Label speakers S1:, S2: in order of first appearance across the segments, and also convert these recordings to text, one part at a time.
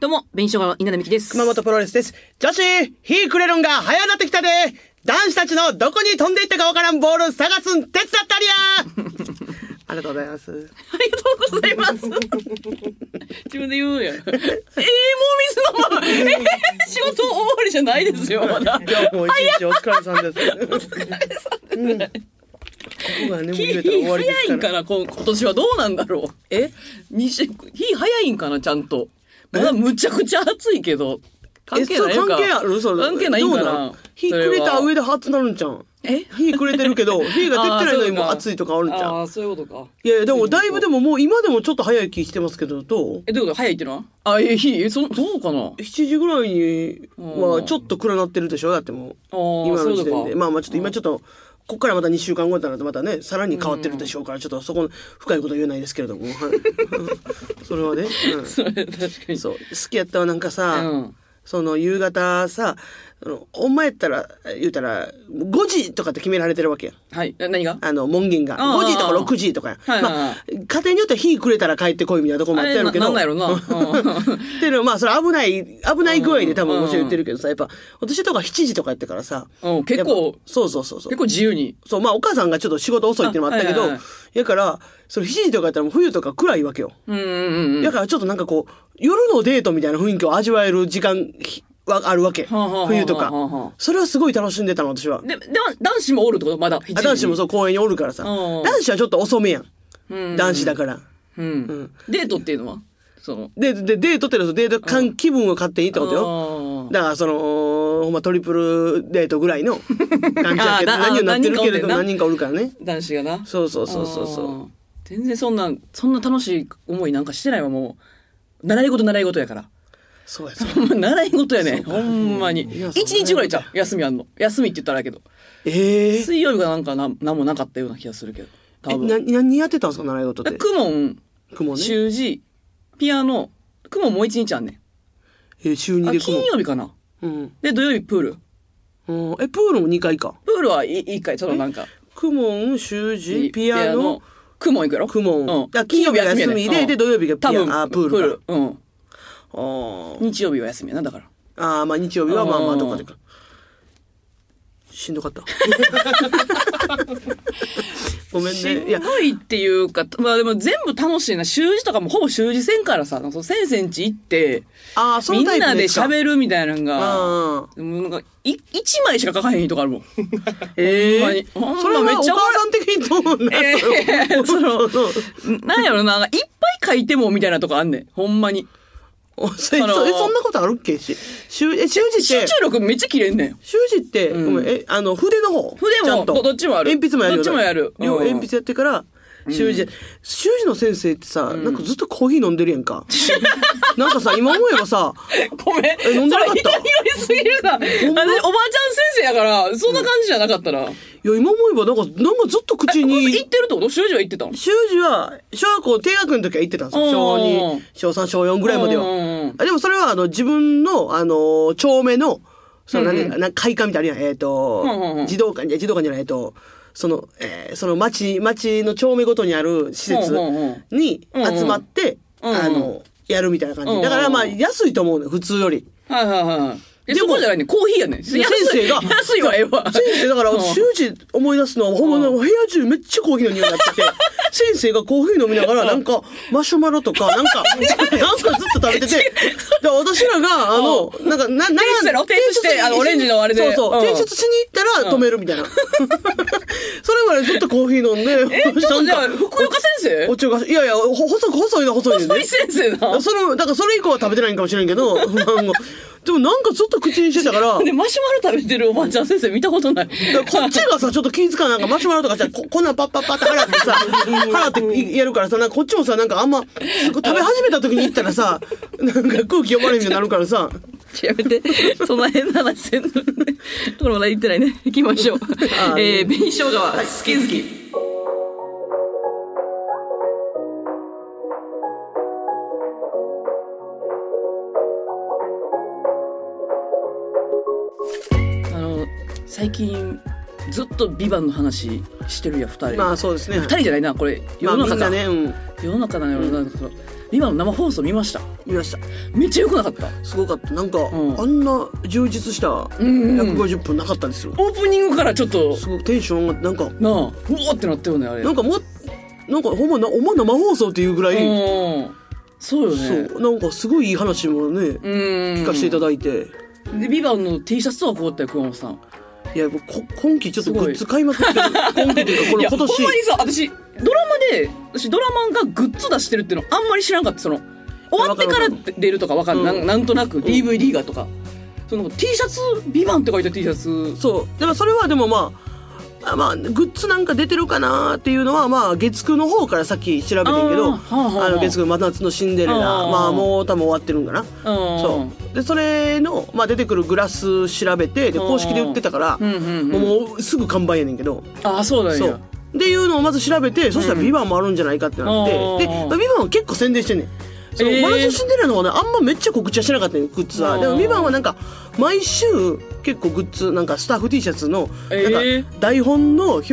S1: どうも、弁償側、稲田美希です。
S2: 熊本プロレスです。女子、ヒークレロンが早なってきたで男子たちのどこに飛んでいったかわからんボール探すん手伝ったりや ありがとうございます。
S1: ありがとうござい ます。自分で言う やん。えー、もう水飲まない。えー、仕事終わりじゃないです よ、まだ。
S2: いや、もう一 日お疲れさんです。ここがね、もう
S1: 火
S2: 入れたら終わりで
S1: 早い
S2: すから
S1: ん。かなこう今年はどうなんだろうえにし火早いんかなちゃんと。まだむちゃくちゃ暑いけど。関係ない
S2: えそ
S1: ん
S2: う
S1: か
S2: 関係あるそれ。
S1: 関係ないんか
S2: どう
S1: な
S2: 火くれた上
S1: で。
S2: で初なるんじゃん。
S1: え
S2: 火くれてるけ ど、火が出てないのにも暑いとかあるんじゃ
S1: あ
S2: ん。
S1: あ、そういうことか。
S2: いやいや、でもだいぶでももう今でもちょっと早い気してますけど、どう
S1: え、どういうこと早いってのはあ、え、火え、そ、そうか な
S2: ?7 時ぐらいにはちょっと暗なってるでしょだってもう。
S1: あー
S2: 今の時
S1: そうい
S2: 点
S1: うこ
S2: で。
S1: とか
S2: まあまあちょっと今ちょっと、こっからまた2週間後だなとまたね、さらに変わってるでしょうから、ちょっとそこの深いことは言えないですけれども。はい それはね。うん
S1: それ確かに。
S2: そう。好きやったわ、なんかさ、
S1: うん
S2: その夕方さ、あのほんまやったら、言うたら、5時とかって決められてるわけやん。
S1: はい。な何が
S2: あの、門限が。
S1: ああ
S2: 5時とか6時とかやん。
S1: はいはいはい
S2: まあ、家庭によっては火くれたら帰ってこいみたいなとこもあったやろうけど。
S1: あれななんなんやろなうん
S2: っていうのは、まあ、それ危ない、危ない具合で多分もちろん言ってるけどさ、やっぱ、私とか7時とかやってからさ。
S1: うん結構
S2: やっぱそうそうそうそう
S1: 結。構自由に。
S2: そう、まあ、お母さんがちょっと仕事遅いっていうのもあったけ
S1: あ
S2: ど、だ
S1: はいはいは
S2: から、その7時とかやったらもう冬とか暗いわけよ。
S1: うんうんうんうん。
S2: だからちょっとなんかこう、夜のデートみたいな雰囲気を味わえる時間ひはあるわけ
S1: はあはあはあは。あ
S2: 冬とか
S1: はあはあ。
S2: それはすごい楽しんでたの、私は。
S1: で、でも男子もおるってことまだ。
S2: あ男子もそう、公園におるからさ。
S1: うん
S2: 男子はちょっと遅めや
S1: うん
S2: ん。男子だから。
S1: うん。デートっていうのはその。
S2: で、で、デートってのはデート感、気分を勝手にってことよ。
S1: よ。
S2: だから、その、ほんまトリプルデートぐらいの感じやけど、
S1: あーだ
S2: 何にもなってるけれど、
S1: あー
S2: 何人かおるからね。
S1: 男子がな。
S2: そうそうそうそうそう
S1: あー。全然そんな、そんな楽しい思いなんかしてないわ、もう。習い事習い事やから。
S2: そうや、そうや。
S1: ほんま習い事やね。ほんまに。
S2: いや
S1: 一
S2: そう
S1: 日ぐらいじゃん。休みあんの。休みって言ったらあれやけど。
S2: ええ。
S1: 水曜日がなんかな、なんもなかったような気がするけど。
S2: え、
S1: 多分。
S2: な、何やってたんですか、習い事って。
S1: クモン、
S2: 雲ね。
S1: 習字、ピアノ、クモンもう一日あんね
S2: えー、週2
S1: ん。あ、
S2: で雲
S1: 金。曜日かな。
S2: うん。
S1: で、土曜日プール。
S2: うんえ、プールも2回か。
S1: プールはい一回、そのなんか。
S2: クモン、習字、ピアノ、、
S1: クモン行くやろ
S2: クモン
S1: うん
S2: あ金曜日が休みやね
S1: 金曜日はやね
S2: でで土曜日がピア
S1: 多分
S2: あプールか
S1: うん。
S2: あー
S1: 日曜日は休みやな、だから。
S2: あー、まあ日曜日はまあま
S1: う
S2: あ
S1: ん
S2: どっかでか。しんど かった。ごめん
S1: しん
S2: ね。いや、
S1: どいっていうか、まあでも全部楽しいな。習字とかもほぼ習字せんからさ、その先生んち行って、
S2: ああ、そ
S1: み
S2: の
S1: ん
S2: タイ
S1: な
S2: プ
S1: で
S2: ですか。
S1: 喋るみたいなのが、
S2: あ
S1: でもなんか、い一枚しか書かへん日とかあるもん。
S2: あ。え
S1: ほんまに
S2: え。
S1: ほんま
S2: それはお
S1: めっちゃ
S2: 母さん的にどうな
S1: え
S2: のそうそう
S1: なんやろな、なんかいっぱい書いてもみたいなとこあんねん。ほんまに。
S2: おそえ
S1: その
S2: そえそんなことあるっけし、習え習字っ
S1: 集
S2: て
S1: 中、力めっちゃ切れんねん。
S2: 習字って、ごめんえ、あの、筆の方。
S1: 筆も
S2: ちゃんと
S1: どっちもある
S2: 鉛筆もやるよね。
S1: どっちもやる
S2: 両
S1: うん
S2: 鉛筆やってから、習字、習字の先生ってさ、なんかずっとコーヒー飲んでるや んか。なんかさ、今思えばさ、
S1: ごめん。
S2: え飲んでなかった
S1: それ左寄りすぎるな。あれおばあちゃん先生やから、そんな感じじゃなかったら。
S2: いや、今思えばなんか、なんかずっと口
S1: 行っ
S2: に、
S1: てるってこと習字は行ってたの
S2: 習字は、小学校低学年の時は行ってたんですよ。小
S1: うん
S2: 2、小3、小4ぐらいまでは
S1: うんうんうん。
S2: あでもそれは、あの、自分の、あの、町名の、その、何、なんか会館みたいなのあるやん、えっ
S1: うんうんうん
S2: と、児童館、いや児童館じゃない、えっと、その、えーその町、町の町名ごとにある施設
S1: うんうんうん
S2: に集まって、
S1: うんうん
S2: あの、やるみたいな感
S1: うんう
S2: じ。
S1: ん
S2: だからまあ、安いと思うのよ、普通より。
S1: はいはいはい。え
S2: で
S1: そ
S2: も
S1: こじゃないね。コーヒーやねん。安い
S2: 先生が
S1: 安いわ、ええわ。
S2: 先生、だから
S1: うん、
S2: 習字思い出すのは、ほんまに部屋中めっちゃコーヒーの匂いに なってて、先生がコーヒー飲みながら、なんか、マシュマロとか、なんか、なんかずっと食べてて、で私らが、あの、なんか、な、
S1: 提
S2: な
S1: 出してろ提出して
S2: 提出
S1: あのオレンジのあれで
S2: そうそうう、
S1: ん
S2: 提出しに行ったら止めるみたいな。 それまでずっとコーヒー飲んで、
S1: え、ちょっとじゃあ、
S2: なんか
S1: 福岡先生
S2: おちょが、いやいや、ほ細く、細いな、細いねんね
S1: 細井先生な。
S2: その、だからそれ以降は食べてないんかもしれんけど、なんかでもなんかずっと口にしてたから、
S1: で、マシュマロ食べてるおばあちゃん先生見たことない。
S2: だからこっちがさ、ちょっと気づかないなんかマシュマロとかさ、ここんなんパッパッパッって払ってさ、払ってやるからさ、なんかこっちもさ、なんかあんま、食べ始めた時に行ったらさ、 なんか空気読まれるようになるからさ、
S1: やめて、その変な話せんのね。これまだ言ってないね。行きまし ょう。
S2: あ
S1: えー、紅生姜は好き好き。あの、最近、ずっとビバンの話してるやん、二人。
S2: まあそうですね。
S1: 二人じゃないな、これ。世
S2: まあ
S1: の
S2: み
S1: 中
S2: ん
S1: か
S2: なね、うん。
S1: 世の中だね、俺なんかその今の生放送見ました
S2: 見ました
S1: めっちゃ良くなかった
S2: すごかったなんか、
S1: ん
S2: あんな充実した
S1: んうん
S2: 150分なかったんですよ、
S1: オープニングからちょっと
S2: すごくテンションがなんか
S1: なあうおーってなったよねあれ
S2: なんかもなんかほんまなお前生放送っていうぐらい、
S1: うんそうよね
S2: そうなんかすごいいい話もね、
S1: うん
S2: 聞かせていただいて
S1: で、ビバンの T シャツとはこうだったよ、熊本さん。
S2: いやこ今期ちょっとグッズ買いまくってる今期っていうか こ
S1: い
S2: れ
S1: や、
S2: 今
S1: ほんま
S2: 年
S1: にさ、私、ドラマで、私、ドラマがグッズ出してるっていうのあんまり知らんかった、その、終わってから出るとかわかんない、
S2: うん
S1: なんとなく、DVD がとか。その T シャツ、ビバンって書いた T シャツ。
S2: そうでもそれはでもまああまあ、グッズなんか出てるかなっていうのは、まあ、月9の方からさっき調べてんけ
S1: あー
S2: ど、
S1: はあはあ
S2: あの月9、真夏のシンデレラ、
S1: あー
S2: まあ、もう多分終わってるんかな。
S1: そ
S2: そうでそれの、まあ、出てくるグラス調べてで公式で売ってたから、
S1: うんうんうん
S2: もうすぐ完売やねんけど、
S1: ああ、そうだ
S2: そ
S1: よ
S2: う。っていうのをまず調べてそしたら「ビバンもあるんじゃないかってなって、
S1: うん
S2: で「ビバンは結構宣伝してんねん。その
S1: えー
S2: マラソンシンデレラの方はねあんまめっちゃ告知はしてなかったねグッズは
S1: うん
S2: でも「ビバンはなんか毎週結構グッズなんかスタッフ T シャツの
S1: え
S2: なん
S1: ー
S2: か台本の表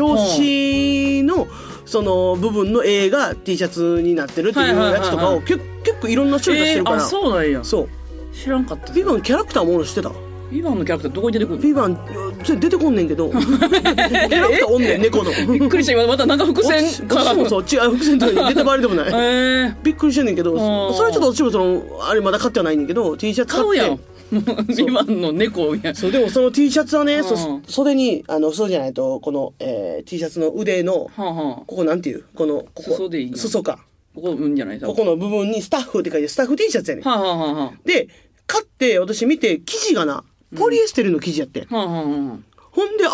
S2: 紙のその部分の絵が T シャツになってるっていうやつとか
S1: はいはいはいは
S2: を
S1: い
S2: け結構いろんな種類出して
S1: え
S2: る
S1: ー
S2: か
S1: あ、
S2: ら、
S1: そうなんや。
S2: そう
S1: 知らんかった。
S2: ビバンキャラクターもおるの知ってた
S1: ビバンのキャラクターどこに出てくる
S2: ビバンちょ出てこんねん けどキャラクターおんねん猫の
S1: びっくりした、今またなんか伏線
S2: こっちもそう違う伏線とかに出てまわりでも ない
S1: えー
S2: びっくりしてんねんけど
S1: うん
S2: それはちょっと私もそのあれまだ買ってはないねんけど T シャツ
S1: 買う
S2: 買
S1: や
S2: っ
S1: ん
S2: て。
S1: ビバンの猫やん。
S2: そうでもその T シャツはね、そう
S1: うん
S2: 袖にあのそうじゃないとこの、えー、T シャツの腕の
S1: はあはあ。
S2: ここなんていうこのここ
S1: 裾でいいの
S2: 裾か
S1: ここ、うんじゃない多
S2: こ
S1: 分
S2: この部分にスタッフって書いてスタッフ T シャツやねん
S1: はあはあはあは
S2: で買って私見て生地がなポリエステルの生地やって、
S1: あ。はあはあは
S2: ほんであ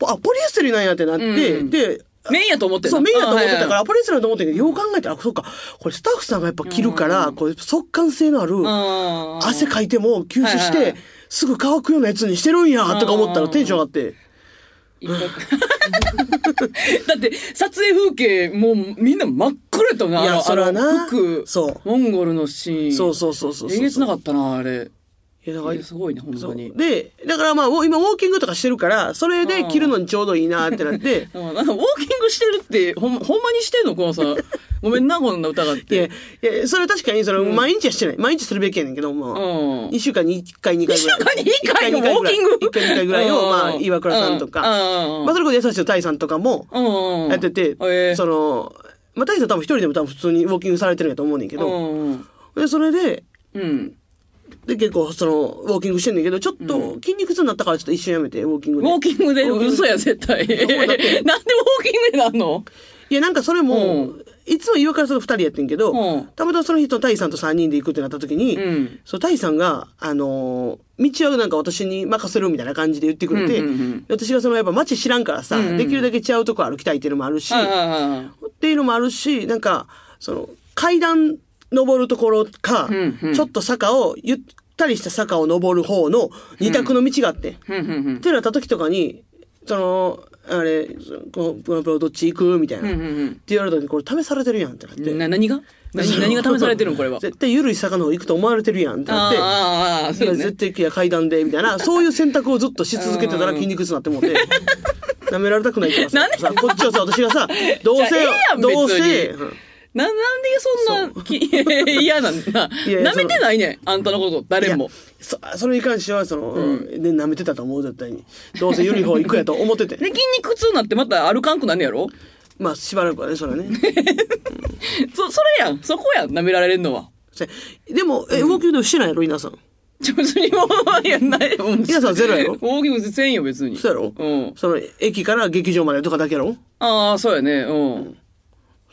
S2: ポあポリエステルなんやってなって、
S1: うん
S2: で
S1: あ。麺やと思ってん
S2: そ
S1: の
S2: う、メインだと思ってたか。
S1: あ
S2: ら、アパレルだと思ってんけど、よう考えたら、あ、そっか、これスタッフさんがやっぱ着るから、こう速乾性のある、
S1: はいはいはい
S2: 汗かいても吸収し
S1: はいはい
S2: て
S1: はい、
S2: すぐ乾くようなやつにしてるんや、とか思ったらテンション上がって。
S1: 一回 だって、撮影風景、もうみんな真っ黒やったもんな。
S2: いや
S1: あの
S2: そらな
S1: あの服、
S2: そう
S1: モンゴルのシーン。
S2: そうそうそうそうそう。
S1: えげつなかったな、あれ。
S2: いやだ
S1: い
S2: から
S1: やすごいね、ほん
S2: そ
S1: ま
S2: う
S1: に。
S2: で、だからまあ、ウォ今ウォーキングとかしてるから、それで着るのにちょうどいいなってなって、
S1: うんなんかウォーキングしてるって、ほんまほんまにしてんのこのさ。ごめんな、こんな疑っ
S2: いや
S1: て。、
S2: いやそれは確かに、それ、毎日はしてない。毎日するべきやねんけど、ま
S1: う
S2: あ、
S1: ん。
S2: 一週間に一回、二回ぐらい。
S1: 一回に一回のウォーキング
S2: 一回、二回ぐらいを、
S1: うん
S2: まあ、岩倉さんとか、
S1: うんうんうん
S2: まあ、それこそ優しい大さんとかも、
S1: うんうん。
S2: やってて、
S1: えー
S2: その、まあ、大した多分一人でも多分普通にウォーキングされてるんやと思うねんけ
S1: う
S2: ど、
S1: んうん。
S2: で、それで、
S1: うん。
S2: で、結構その、ウォーキングしてんねんけど、ちょっと筋肉痛になったからちょっと一瞬やめて、ウォーキング
S1: ウ
S2: で。
S1: ォーキングで嘘や絶 対。なんでウォーキングになんの
S2: いや、なんかそれも、
S1: う
S2: いつも岩倉さんと二人やってんけど、
S1: うん
S2: たまたまその人、大さんと三人で行くってなった時に、
S1: うん
S2: そう、大さんが、あのー道はなんか私に任せるみたいな感じで言ってくれて、
S1: うんうんうん
S2: 私がそのやっぱ街知らんからさ、
S1: うんうん
S2: できるだけ違うとこ歩きたいっていうのもあるし、
S1: あ
S2: っていうのもあるし、なんか、その、階段登るところか、
S1: んうん
S2: ちょっと坂を、ゆったりした坂を登る方の二択の道があって、
S1: あ。うんうんうん
S2: ってなった時とかに、その、あれ、そのこのプロプロどっち行くみたいな。
S1: う
S2: って
S1: ん
S2: 言われた時にこれ試されてるやんってなっ
S1: うん。
S2: て。
S1: な、何が何何が試されてるのこ れは。
S2: 絶対緩い坂の方行くと思われてるやんってな
S1: あ
S2: っ
S1: ー
S2: て。
S1: あー、あー
S2: い
S1: そう
S2: や
S1: よ
S2: 絶
S1: ね。
S2: 対いや階段でみたいなそういう選択をずっとし続けてたら
S1: うん
S2: 筋肉痛になってもうて 舐められたくないから
S1: な
S2: さ
S1: んで
S2: さこっちはさ私がさどう
S1: じゃあえ
S2: せ
S1: えやん別に
S2: どうせうん
S1: な、なんでそんなき、 嫌なんだ。
S2: いやいや
S1: 舐めてないねんあんたのこと、誰も
S2: い。やそそれに関してはその、ね舐めてたと思う絶対にどうせゆるい方行くやと思ってて
S1: で、筋肉痛になってまた歩かんくなんねやろ
S2: まあしばらくはねそれはね
S1: そ、それやん。そこやん。舐められるのは。
S2: せでもえウォーキングでもしてないやろ稲さん
S1: ちょ、別にもう、いや、ない。
S2: 稲さんゼロやろ
S1: ウォーキングせんよ、別に。
S2: そうやろ、
S1: うん。
S2: その駅から劇場までとかだけやろ
S1: ああ、そうやね。うん。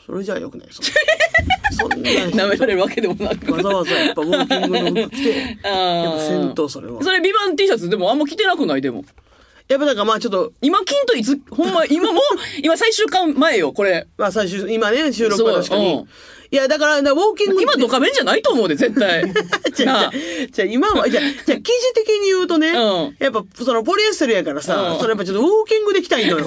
S2: それじゃあよくないそ んそんな
S1: 舐められるわけでもなく。
S2: わざわ ざやっぱウォーキングの服着て
S1: あ
S2: やっ
S1: あ
S2: ぱ戦闘それは
S1: それビバン T シャツでもあんま着てなくないでも
S2: やっぱだからまあちょっと
S1: 今金といつほん ま今も今最終巻前よこれ
S2: まあ最終、今ね、収録は確か
S1: そうう
S2: に
S1: ん。
S2: いや、だから、だからウォーキング
S1: 今ドカベンじゃないと思うで絶 対
S2: じゃ
S1: なあ
S2: あ、じゃあ今は、じゃあ、じゃあ、記事的に言うとね、
S1: うん
S2: やっぱ、その、ポリエステルやから
S1: う
S2: さ
S1: ん、
S2: それやっぱちょっとウォーキングできたい のよ。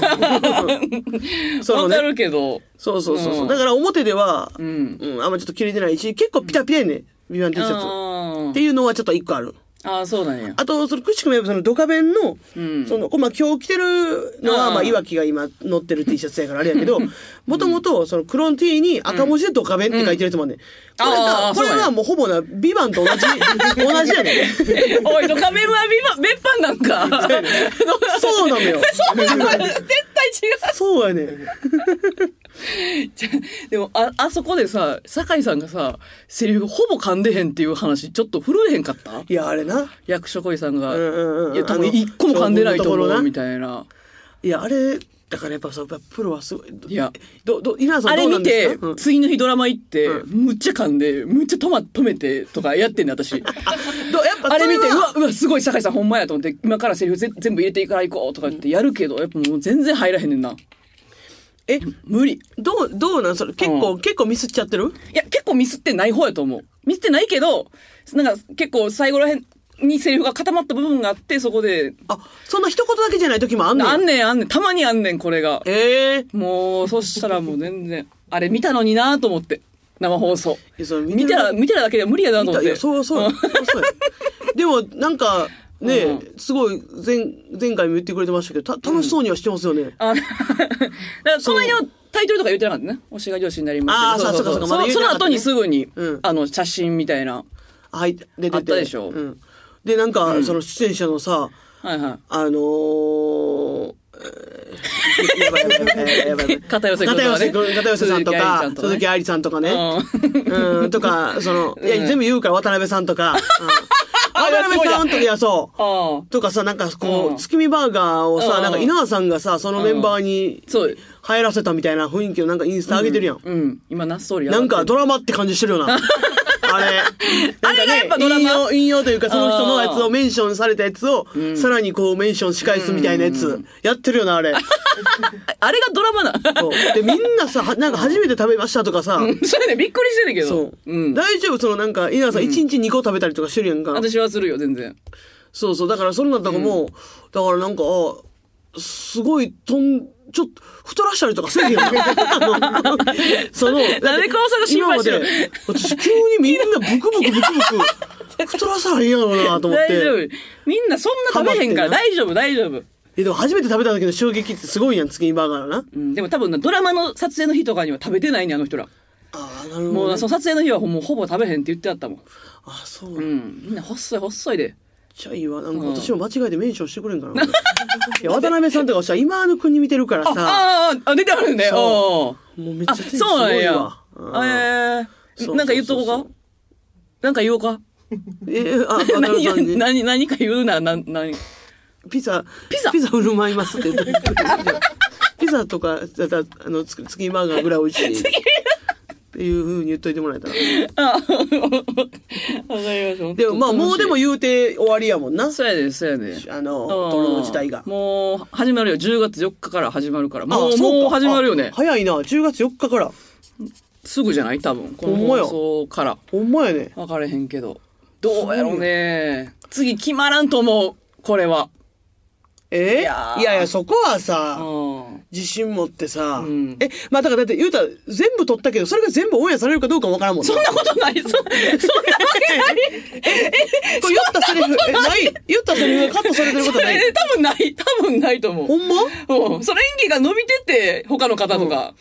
S2: その
S1: わか
S2: ね、
S1: るけど
S2: そうそうそうそうう。
S1: ん
S2: だから表では、うんん、あんまちょっと切れてないし、結構ピタピタやね、ビバン T シャツ。っ
S1: あ
S2: ていうのはちょっと一個ある。
S1: ああ、そうなんや。
S2: あと、その、くしくもやっぱその、ドカベンの、
S1: うん
S2: その、こうまあ、今日着てるのは、
S1: あー
S2: まあ、いわきが今乗ってる T シャツやからあれやけど、もともと、その、クロン T に赤文字でドカベンって書いてる人もあんねん。こ
S1: あ
S2: れが
S1: ー、
S2: これ
S1: そうなんや
S2: はもうほぼな、ビバンと同じ、 同じやねん。
S1: えおい、ドカベンは別版なんか。
S2: そうなのよ。
S1: そうなの絶対
S2: そうやねん。
S1: 違うじゃ。 でも、あ、あそこでさ、酒井さんがさ、セリフほぼ噛んでへんっていう話、ちょっと震えへんかった
S2: いや、あれな。
S1: 役所こいさんが、
S2: うんうんうん
S1: いや、多
S2: あの
S1: 分一個も噛んでないと
S2: 勝負
S1: 思
S2: のところ
S1: う、
S2: な
S1: みたいな。
S2: いや、あれ、だからやっぱさ、やっぱプロはすごい。
S1: いや、
S2: ど、ど、稲田さ
S1: あ
S2: んど
S1: れ
S2: うな
S1: 見
S2: んです
S1: て
S2: か、うん、
S1: 次の日ドラマ行って、
S2: う
S1: むっちゃ噛んで、むっちゃ止ま、止めてとかやってんねん、 私。
S2: どやっぱ
S1: あれ見て、
S2: そうは
S1: わ、うわ、すごい、酒井さんほんまやと思って、今からセリフぜ全部入れていから行こうとか言ってやるけど、やっぱもう全然入らへんねんな。
S2: え、
S1: 無理。
S2: どう、どうなんそれ結構、結構ミスっちゃってる
S1: いや、結構ミスってない方やと思う。ミスってないけど、なんか結構最後らへんにセリフが固まった部分があって、そこで、
S2: あ、そんな一言だけじゃない時もあんねん。
S1: あんねんあんねん、たまにあんねん、これが。
S2: ええ
S1: もう、そしたらもう全然、あれ見たのになと思って、生放送。
S2: いやそれ見てる
S1: 見たら、見たらだけで無理やなと
S2: 見
S1: 思
S2: た
S1: っ
S2: い
S1: て。
S2: や、そうそう。そうやでも、なんか、ね、
S1: う
S2: すごい、前、前回も言ってくれてましたけど、た、楽しそうにはしてますよね。
S1: あ、 だからこの間のタイトルとか言ってなかったね。推しが上司になり
S2: あ
S1: ま
S2: ー
S1: した
S2: そうそうそうまだ
S1: そ
S2: 言う
S1: そ
S2: てな
S1: の
S2: かっ
S1: 後
S2: たね
S1: にすぐに、
S2: うん
S1: あの、写真みたいな。
S2: はい、出てて。
S1: あったでしょ
S2: うん。で、なんか、その出演者のさ、
S1: はいは
S2: あのー、えーやばいやばいやばいやばいやばい
S1: 片寄せ君と
S2: 片
S1: かね
S2: 寄せ君片寄せさんとか、
S1: 鈴
S2: 鈴
S1: 木
S2: 木愛理さんとかね。
S1: い。うん。
S2: うん、とか、その、いや、全部言うから、渡辺さんと か。うん渡辺さんとか、いや、そう。
S1: ああ。
S2: とかさ、なんかこ
S1: うん
S2: う、月見バーガーを
S1: う
S2: さ、
S1: ん
S2: なんか稲田さんがさ、そのメンバーに
S1: そう。
S2: 入らせたみたいな雰囲気をなんかインスタ上げてるやん。
S1: うん。今、ナストーリー
S2: なんか
S1: ど
S2: ドラマって感じしてるよ な。あれ。
S1: あれがやっぱドラマ
S2: 引用、引用というか、その人の
S1: あー
S2: やつをメンションされたやつを、さらにこうメンションし返すみたいなやつ、やってるよ な、あれ。
S1: あれがドラマな。
S2: そうで、みんなさ、はなんか初めて食べましたとかさ、
S1: そうやね、びっくりしてんねんけど。
S2: そう。
S1: うん。
S2: 大丈夫そのなんか、稲田さん1日2個食べたりとかしてるやんか。
S1: 私はするよ、全然。
S2: そうそう。だから、そんなんとかも、だからなんか、あすごい、とん、ちょっと、太らしたりとかせえ へんよ。あのその、
S1: なんで川さんが心配してる
S2: 今まで私、急にみんなブクブクブク ブク、太らさらへんやろうなと思っ
S1: 大
S2: て。
S1: 丈夫。みんなそんな食べへんから
S2: ハマっ
S1: 大丈夫、大丈夫。
S2: え、でも初めて食べた時の衝撃ってすごいやん、月見バーガーな。
S1: うん。でも多分な、ドラマの撮影の日とかには食べてないね、あの人ら。
S2: ああ、なる
S1: も
S2: ほ
S1: う
S2: ど、
S1: な、
S2: ね
S1: そ。の撮影の日はもうほぼ食べへんって言ってあったもん。
S2: あ、そう。
S1: う
S2: めっ
S1: ん。みんな細い、細いで。
S2: ちゃいいわ。なんか私も間違えてメンションしてくれんかな。いや、渡辺さんとかさ、今の国見てるから
S1: あ、
S2: さ、
S1: ああ、あ、出てあるね。おー
S2: もうめっちゃ
S1: あ、
S2: テンション
S1: そうなん
S2: すごい
S1: や
S2: わ。うん。
S1: え
S2: そうそうそうそ
S1: ー、
S2: う
S1: なんか言っとこうかなんか言おうか
S2: え、あ、渡 辺
S1: 何
S2: さんに
S1: 何、。何、何か言うな、何、何。
S2: ピザ、
S1: ピザ
S2: ピザ振る舞いますって言ってピザとか、だったらあの、月月見バーガーぐらい美味しい。っていうふうに言っといてもらえたら。
S1: あ、わかりました。
S2: でも、まあ、もうでも言うて終わりやもんな。
S1: そうやねそうやね
S2: あの、トロの自体が。
S1: もう、始まるよ。10月4日から始まるから。も
S2: あ
S1: う、
S2: そうか
S1: もう始まるよね
S2: あ。早いな、10月4日から。
S1: すぐじゃない多分。この
S2: ほんまや
S1: 放送から。
S2: ほんまやね。
S1: 分かれへんけど。どうやろうね。次決まらんと思う。これは。
S2: え
S1: いやー
S2: いやいや、そこは
S1: う
S2: さ、
S1: ん。
S2: 自信持ってさ、
S1: ん
S2: え、まあだからだって言うたら全部取ったけど、それが全部オンエアされるかどうかもわからんもんな
S1: そんなことない。そ、そんなわけない。
S2: これ言ったセリフ、え、ない、言ったセリフがカットされてることない。
S1: え多分ない。多分ないと思う
S2: ほ。んま
S1: うん。その演技が伸びてて、他の方とか。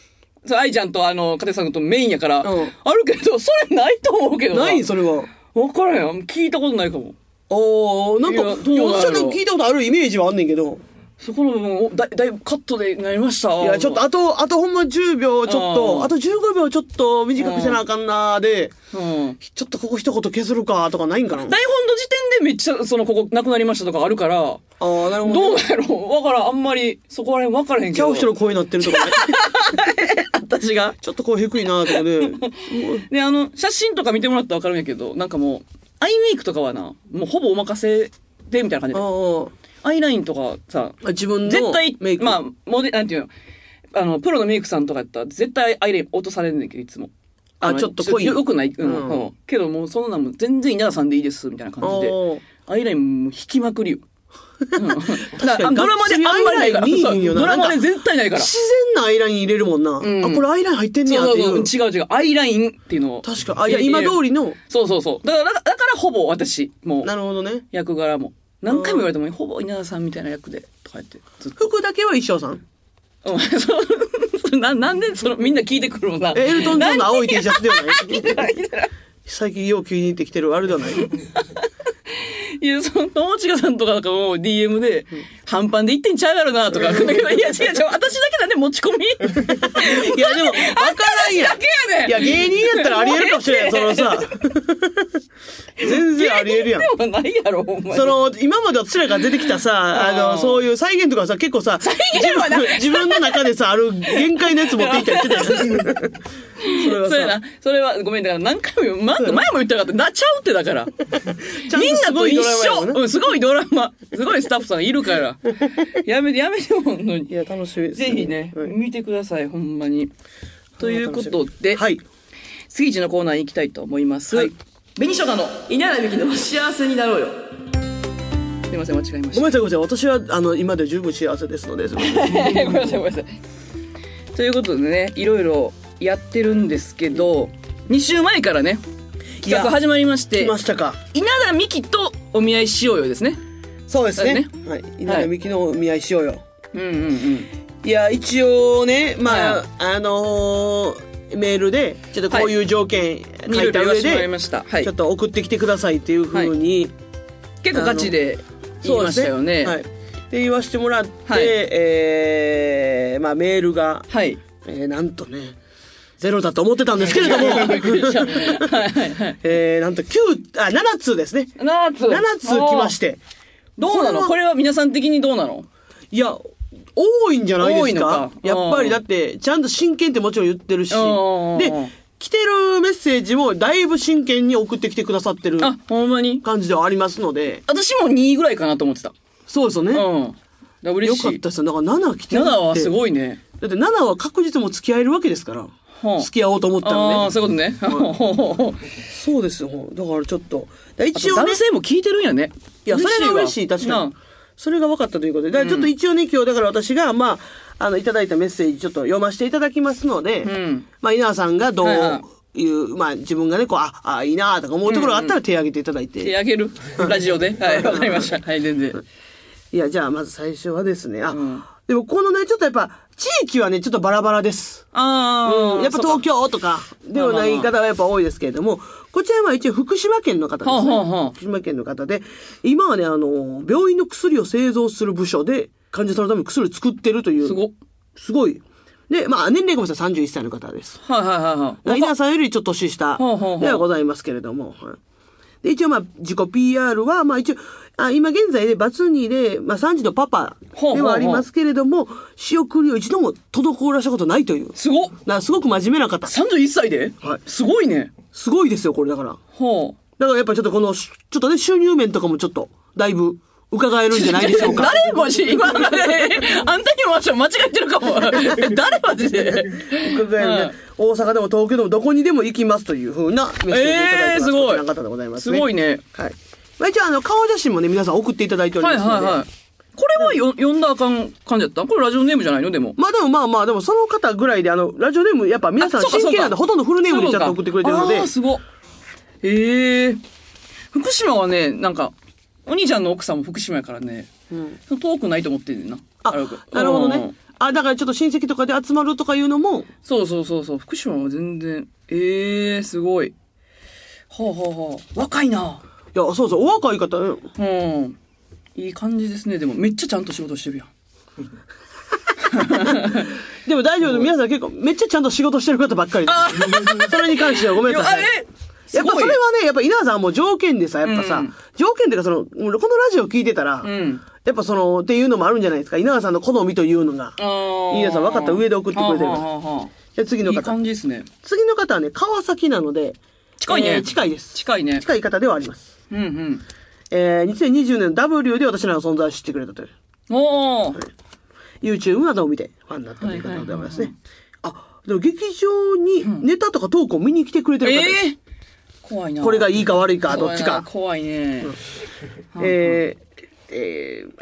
S1: そう、愛ちゃんとあの、かてさんとメインやから、
S2: うん
S1: あるけど、それないと思うけど
S2: ないそれは。
S1: 分からへん。聞いたことないかも。
S2: おおなんか
S1: いやどうなの
S2: 私はなんか聞いたことあるイメージはあんねんけど
S1: そこの部分を、だだいぶカットでなりました。
S2: い
S1: い
S2: やちょっとあとあとほんま10秒ちょっ
S1: うん
S2: とあと15秒ちょっと短くせなあかんなーで
S1: うん。
S2: ちょっとここ一言削るかとかないんかな
S1: 台本の時点でめっちゃ、その、ここ、なくなりましたとかあるから、ど
S2: あーなるほど
S1: うやろうわからん。あんまり、そこら辺分からへんけ
S2: ちゃ
S1: ど。
S2: う人の声になってるとかね
S1: 私が。
S2: ちょっとこう低いなーと かね
S1: で、あの、写真とか見てもらったら分かるんやけど、なんかもう、アイメイクとかはな、もうほぼお任せで、みたいな感じ
S2: あ
S1: で。
S2: ー
S1: アイラインとかさ、
S2: あ自分
S1: 絶
S2: の
S1: 対
S2: メイ、ク
S1: まあ、モデなんていうの、あの、プロのメイクさんとかやったら、絶対アイライン落とされるんだけど、いつも。
S2: あ
S1: の
S2: ちょっと濃い
S1: よよくない、うん
S2: うん
S1: うんけどもう、そんなんも全然稲田さんでいいです、みたいな
S2: あ
S1: 感じで。
S2: ー
S1: アイラインもう引きまくりよ。うんだから
S2: かに
S1: あドラマであんまりないから
S2: がっつりアイライン見えへんよな
S1: そうドラマで
S2: なん
S1: 絶対ないから。
S2: 自なアイライン入れるもんな。
S1: ん
S2: あ、これアイライン入ってんねやっ
S1: そう
S2: て
S1: そ
S2: いうう。
S1: そう違う違うアイラインっていうのを
S2: 確か。あ、いや、今通りの。
S1: そうそうそうだからだからだからほぼ私もう
S2: なるほどね。
S1: 役柄も何回も言われてもほぼ稲田さんみたいな役でとか言ってずっと
S2: 服だけは衣装さん。
S1: うん そうそうななんでそのみんな聞いてくるのさ
S2: えエルトン・ジョンの青い T シャツではない
S1: なんで
S2: 最近よう気に入ってきてるあれではない。
S1: いや、その、友近さんとかなんかもう DM で、半端で行ってんちゃうやろな、とか。だけど いや、違う違う、私だけなんで持ち込み。
S2: いや、でも、わからんやん。い
S1: け
S2: や、芸人やったらありえるかもしれん、そのさ。全然ありえるやん。
S1: でもないやろ、お前。
S2: その、今まで私らが出てきたさ、あ
S1: あー
S2: の、そういう再現とかさ、結構さ、自
S1: 現はな
S2: 分自分の中でさ、ある限界のやつ持ってきたりしてたやん。それは
S1: そうやな、。
S2: さ
S1: それは、ごめん、だから何回も、ま、前も言ったかった。なっちゃうって、だから。
S2: ちゃん
S1: みん
S2: と
S1: な
S2: す
S1: と
S2: ごい
S1: 一
S2: ドラマやも
S1: 緒
S2: んな。
S1: うん、すごいドラマ。すごいスタッフさんいるから。やめて、やめて、ほんの
S2: い
S1: に。
S2: や、楽しみです、
S1: ぜひね、
S2: はい
S1: 見てください、ほんまに。ということで、
S2: はい。
S1: 次一のコーナーに行きたいと思います。
S2: はい
S1: 紅しょがの稲田美希の幸せになろうよ。すみません間違えま
S2: ご
S1: し
S2: めんなさい、ごめんなさい。私は、あの、今で十分幸せですので、すみません
S1: た。ごめんなさいごめんなさい。ということでねいろいろやってるんですけど2週前からね企
S2: いや
S1: 画始まりまし
S2: 来
S1: て
S2: ましたか。
S1: 稲田美希とお見合いしようよですね。
S2: そうですね
S1: そ。
S2: はい。稲田美希のお見合いしようよ。
S1: うんうんうん。
S2: いや、一応ね、ま
S1: は
S2: あ、あのーメールで、ちょっとこういう条件
S1: 見
S2: 書
S1: る
S2: いた
S1: 言わ
S2: 上
S1: せてもらい
S2: で、
S1: ました。はい
S2: ちょ。っと送ってきてくださいっていうふうに、
S1: 結構ガチで言いましたよね。
S2: はい。で、言わしてもらって、
S1: はい
S2: えーまあ、メールが、
S1: はい。
S2: えーなんとね、ゼロだと思ってたんですけれ ども、
S1: はいはいはい。
S2: えーなんと9、あ、7通ですね。
S1: 七つ。。
S2: 7通来ましてて。
S1: どうなの
S2: これは
S1: これは皆さん的にどうなの
S2: いや、多いんじゃないで
S1: 多い
S2: す
S1: のか
S2: かやっぱりだって、ちゃんと真剣ってもちろん言ってるし、
S1: うんうんうん
S2: で、来てるメッセージもだいぶ真剣に送ってきてくださってる
S1: あ、ほんまに
S2: 感じではありますので、
S1: 私も2位ぐらいかなと思ってた。
S2: そうですよね。
S1: うん。だから嬉
S2: よ
S1: しい。
S2: かったですよ。なんか7来てる
S1: 7
S2: って。
S1: はすごいね。
S2: だって7は確実も付き合えるわけですから、
S1: はあ
S2: 付き合おうと思ったら
S1: ああ、
S2: ね。
S1: そういうことね。ほうほうほう
S2: そうですよ。だからちょっと、だから
S1: あ
S2: 一
S1: と
S2: 応ね
S1: 男、性も聞いてるんやね。
S2: いや、それが嬉しい、
S1: わ
S2: 確かに
S1: な。
S2: それが分かったということで。だからちょっと一応ね、今日、だから私が、まあ、あの、いただいたメッセージ、ちょっと読ませていただきますので、
S1: ん
S2: まあ、稲葉さんがどう
S1: はいは
S2: いう、まあ、自分がね、こう、あ、あ、いいなとか思うところがあったら手挙げていただいて。
S1: あ手あげる。ラジオで。はい、わかりました。はい、全然。
S2: いや、じゃあ、まず最初はですね、あ、
S1: ん
S2: でもこのね、ちょっとやっぱ、地域はね、ちょっとバラバラです。
S1: ああ、
S2: やっぱ東京とかではない方がやっぱ多いですけれども、こちらは一応福島県の方ですね。
S1: はあはあはあ
S2: 福島県の方で、今はね、あの、病院の薬を製造する部署で、患者さんのために薬を作ってるという。
S1: すごっ。
S2: すごい。で、まあ、年齢がごめんなさい、31歳の方です。
S1: はいはいはいはい。
S2: 稲田さんよりちょっと年下
S1: はあはあ
S2: ではございますけれども。はいで、一応まあ、自己 PR は、まあ一応、あ今現在でバツ2で、まあ3時のパパではありますけれども、仕送りを一度も滞らしたことないという。
S1: すごっ。
S2: なすごく真面目な方。
S1: 31歳で
S2: はい
S1: すごいね。
S2: すごいですよ、これだから。
S1: ほう。
S2: だからやっぱちょっとこの、しちょっとね、収入面とかもちょっと、だいぶ、伺えるんじゃないで しょうか。
S1: 誰マジ今ので、あんたにも私は間違えてるか も。誰マジで。
S2: 伺えるね
S1: はい
S2: 大阪でも東京でもどこにでも行きますというふうなメッセージをいただいて
S1: えー
S2: ます。
S1: すごい
S2: こちらの方でございます
S1: す
S2: ね。
S1: ごいね。
S2: はい。まあ、一応あの、顔写真もね、皆さん送っていただいており
S1: はい
S2: ますので。
S1: はいはい。これはよ読んだらあかん感じだったこれラジオネームじゃないのでも。
S2: まあでもまあまあ、でもその方ぐらいで、あの、ラジオネーム、やっぱ皆さん
S1: あそうか
S2: 真
S1: そうか
S2: 剣なんで、ほとんどフルネームでちゃんと送ってくれてるの
S1: あ
S2: で
S1: あー、、すごっ。ええ福島はね、なんか、お兄ちゃんの奥さんも福島やからね、遠くないと思ってんねんな。
S2: あ
S1: 歩く、
S2: なるほど
S1: う
S2: ね
S1: ん。
S2: あ、だからちょっと親戚とかで集まるとかいうのも、
S1: そうそうそうそう、福島は全然、ええすごい。はあはあはあ、若いな。
S2: いや、そうそう、お若い方、うん
S1: うん。いい感じですね。でも、めっちゃちゃんと仕事してるやん。
S2: でも大丈夫、皆さん結構、めっちゃちゃんと仕事してる方ばっかりです。 それに関してはごめんなさい。
S1: え
S2: やっぱそれはね、やっぱ稲葉さんはもう条件でさ、やっぱさ、
S1: うん
S2: 条件っていうかその、このラジオ聞いてたら、
S1: ん
S2: やっぱその、っていうのもあるんじゃないですか。稲葉さんの好みというのが。
S1: い
S2: いいやつは分かった上で送ってくれてる
S1: はあはあはあ
S2: じゃあ次の
S1: いい
S2: 方。
S1: 感じですね。
S2: 次の方はね、川崎なので、
S1: 近いね
S2: えー近いです。
S1: 近いね。
S2: 近い方ではあります。
S1: うんうん。
S2: えー、2020年の W で私らの存在を知ってくれたという。
S1: おお、
S2: YouTube などを見てファンになったという方でございますね。あ、でも劇場にネタとかトークを見に来てくれてる
S1: え
S2: 方です。
S1: え怖いな。
S2: これがいいか悪いか、どっちか。
S1: 怖いね。
S2: えーえー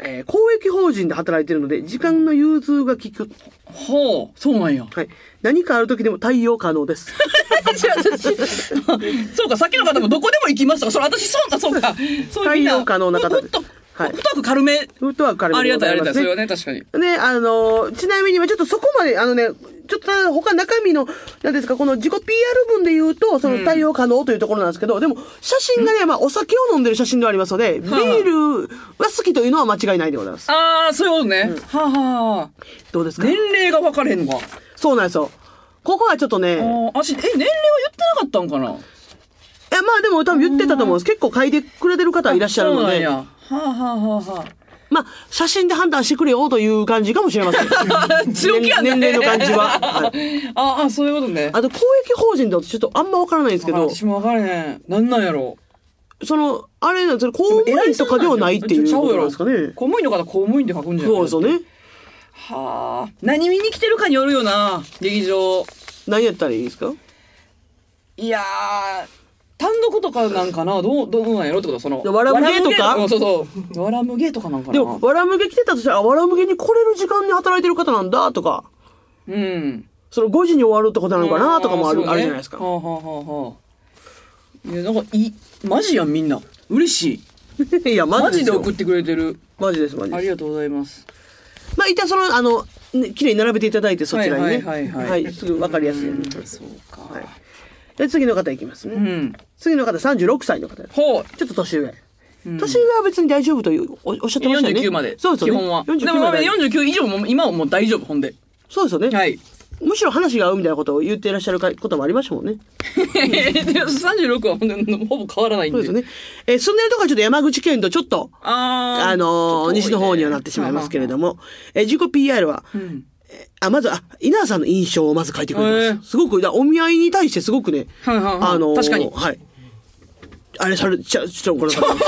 S2: えー公益法人で働いてるので、時間の融通が利く。
S1: ほう、そう なんや。
S2: はい。何かある時でも対応可能 です。
S1: そうか、さっきの方もどこでも行きますとか、それ私そうか、そうか。そういうみんな
S2: 対応可能な方です
S1: ふっと、
S2: はい
S1: ふっと軽め。
S2: フットワーク軽め
S1: あり
S2: で
S1: が
S2: ご
S1: たい、
S2: ざ
S1: ありが
S2: いま
S1: たい。
S2: す
S1: それは
S2: ね。
S1: ね、確かに。
S2: ね、あのーちなみに、まあちょっとそこまで、あのね、ちょっと他中身の、なんですか、この自己 PR 文で言うと、その対応可能というところなんですけど、でも、写真がね、まあお酒を飲んでる写真ではありますので、ビ
S1: はあ
S2: ールは好きというのは間違いないでございます。
S1: ああ、そういうことね。はあはあ。
S2: どうですか
S1: 年齢が分かれへんわ。
S2: そうなんですよ。ここはちょっとね、い
S1: あ
S2: やま
S1: ー私、え、年齢は言ってなかったんかな
S2: あでも多分言ってたと思うんです。結構書いてくれてる方いらっしゃる
S1: そう
S2: の
S1: なん
S2: で
S1: や。、はあはあはあは
S2: まあ、写真で判断してくれよという感じかもしれません。
S1: あ。強気やね。
S2: 年年齢の感じはは。
S1: ああ、そういうことね。
S2: あと、公益法人だとちょっとあんまわからないんですけど、
S1: 私も分かれへん。なんなんやろう。
S2: その、あれなんですよ、公務員とかではないっていうことなんですかね。
S1: 公務員の方、公務員で書くんじゃない
S2: そうですよね。
S1: はあ。何見に来てるかによるよな、劇場。
S2: 何やったらいいですか
S1: いやー、単独とかなんかな、どう、どうなんやろってことその。
S2: わらむげと
S1: わら
S2: か
S1: むげそうそう。わらむげとかなんかな。
S2: でも、わらむげ来てたとしたら、あわらむげに来れる時間に働いてる方なんだとか、
S1: うん。
S2: その5時に終わるってことなのかなとかもあ
S1: そう
S2: る、
S1: ね
S2: あるじゃないですか
S1: は。あ、はあはあはあ、いや、なんか、いい、マジやん、みんな。嬉しい。
S2: いや、
S1: マ
S2: マジ
S1: ジで
S2: で
S1: す
S2: よ
S1: 送ってくれてる。
S2: マジです、マジ
S1: あ
S2: で
S1: り
S2: す。
S1: がとうございます。
S2: まあ、一旦その、あの、ね綺麗に並べていただいて、そちらにね。
S1: はいはいはいはい
S2: すぐわかりやすいように。
S1: うんそうか。
S2: はいで、次の方いきます
S1: う
S2: ね。
S1: ん。
S2: 次の方、36歳の方です。
S1: ほう。
S2: ちょっと年上。
S1: うん
S2: 年上は別に大丈夫というおおっしゃってましたよね。
S1: 49まで。
S2: そうですよね。
S1: 基本は。でも
S2: 49
S1: ま
S2: ま
S1: あ
S2: で。
S1: 49以上も、今はもう大丈夫、ほんで。
S2: そうですよね。
S1: はい。
S2: むしろ話が合うみたいなことを言っていらっしゃることもありましたもんね。
S1: で36はほんで、ほぼ変わらないん
S2: そう
S1: で。
S2: ですよね。えー住んでるとこはちょっと山口県とちょっと、
S1: あー
S2: あのー
S1: ちょっと遠いね
S2: 西の方にはなってしまいますけれども、えー自己 PR は、
S1: うん
S2: あ、まず、あ、稲田さんの印象をまず書いてくれてま
S1: へー
S2: す。すごく、だお見合いに対してすごくね、
S1: はいはいはい
S2: あのー
S1: 確かに
S2: はい。あれされちゃ、ちょっとこの方。
S1: 帰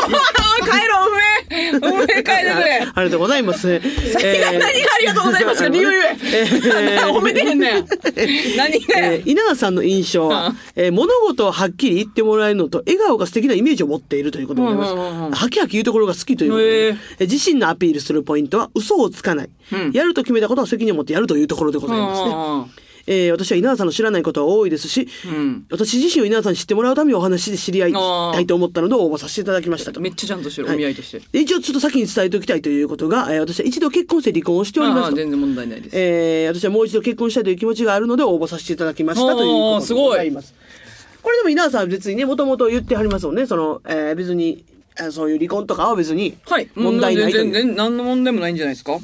S1: ろう、おめえおめえ帰ってく
S2: あ
S1: れ
S2: ありがとうございます。え
S1: 何が、何がありがとうございますか理由
S2: えー
S1: え。 褒めてへんねん。何が
S2: え
S1: や
S2: ー稲田さんの印象は、えー物事をはっきり言ってもらえるのと、笑顔が素敵なイメージを持っているということでございます。
S1: うんうんうんうん
S2: はきはき言うところが好きということで、
S1: へー
S2: えー自身のアピールするポイントは、嘘をつかない、
S1: うん
S2: やると決めたことは責任を持ってやるというところでございますね。えー私は稲田さんの知らないことは多いですし、
S1: うん
S2: 私自身を稲田さんに知ってもらうためにお話で知り合い
S1: あー
S2: たいと思ったので応募させていただきましたと
S1: め。っちゃちゃんとしてる、お見合いとして。
S2: で一応ちょっと先に伝えておきたいということが、えー私は一度結婚して離婚をしておりま
S1: あ
S2: す
S1: あ、
S2: と。
S1: 全然問題ないです。
S2: えー私はもう一度結婚したいという気持ちがあるので応募させていただきましたという
S1: お
S2: こ
S1: ー
S2: と
S1: す
S2: で
S1: ごい
S2: ございます。これでも稲田さんは別にね、もともと言ってはりますもんね、その、えー別に、あそういう離婚とかは別に
S1: はい。
S2: 問題ないという
S1: 全然、何の問題もないんじゃないですか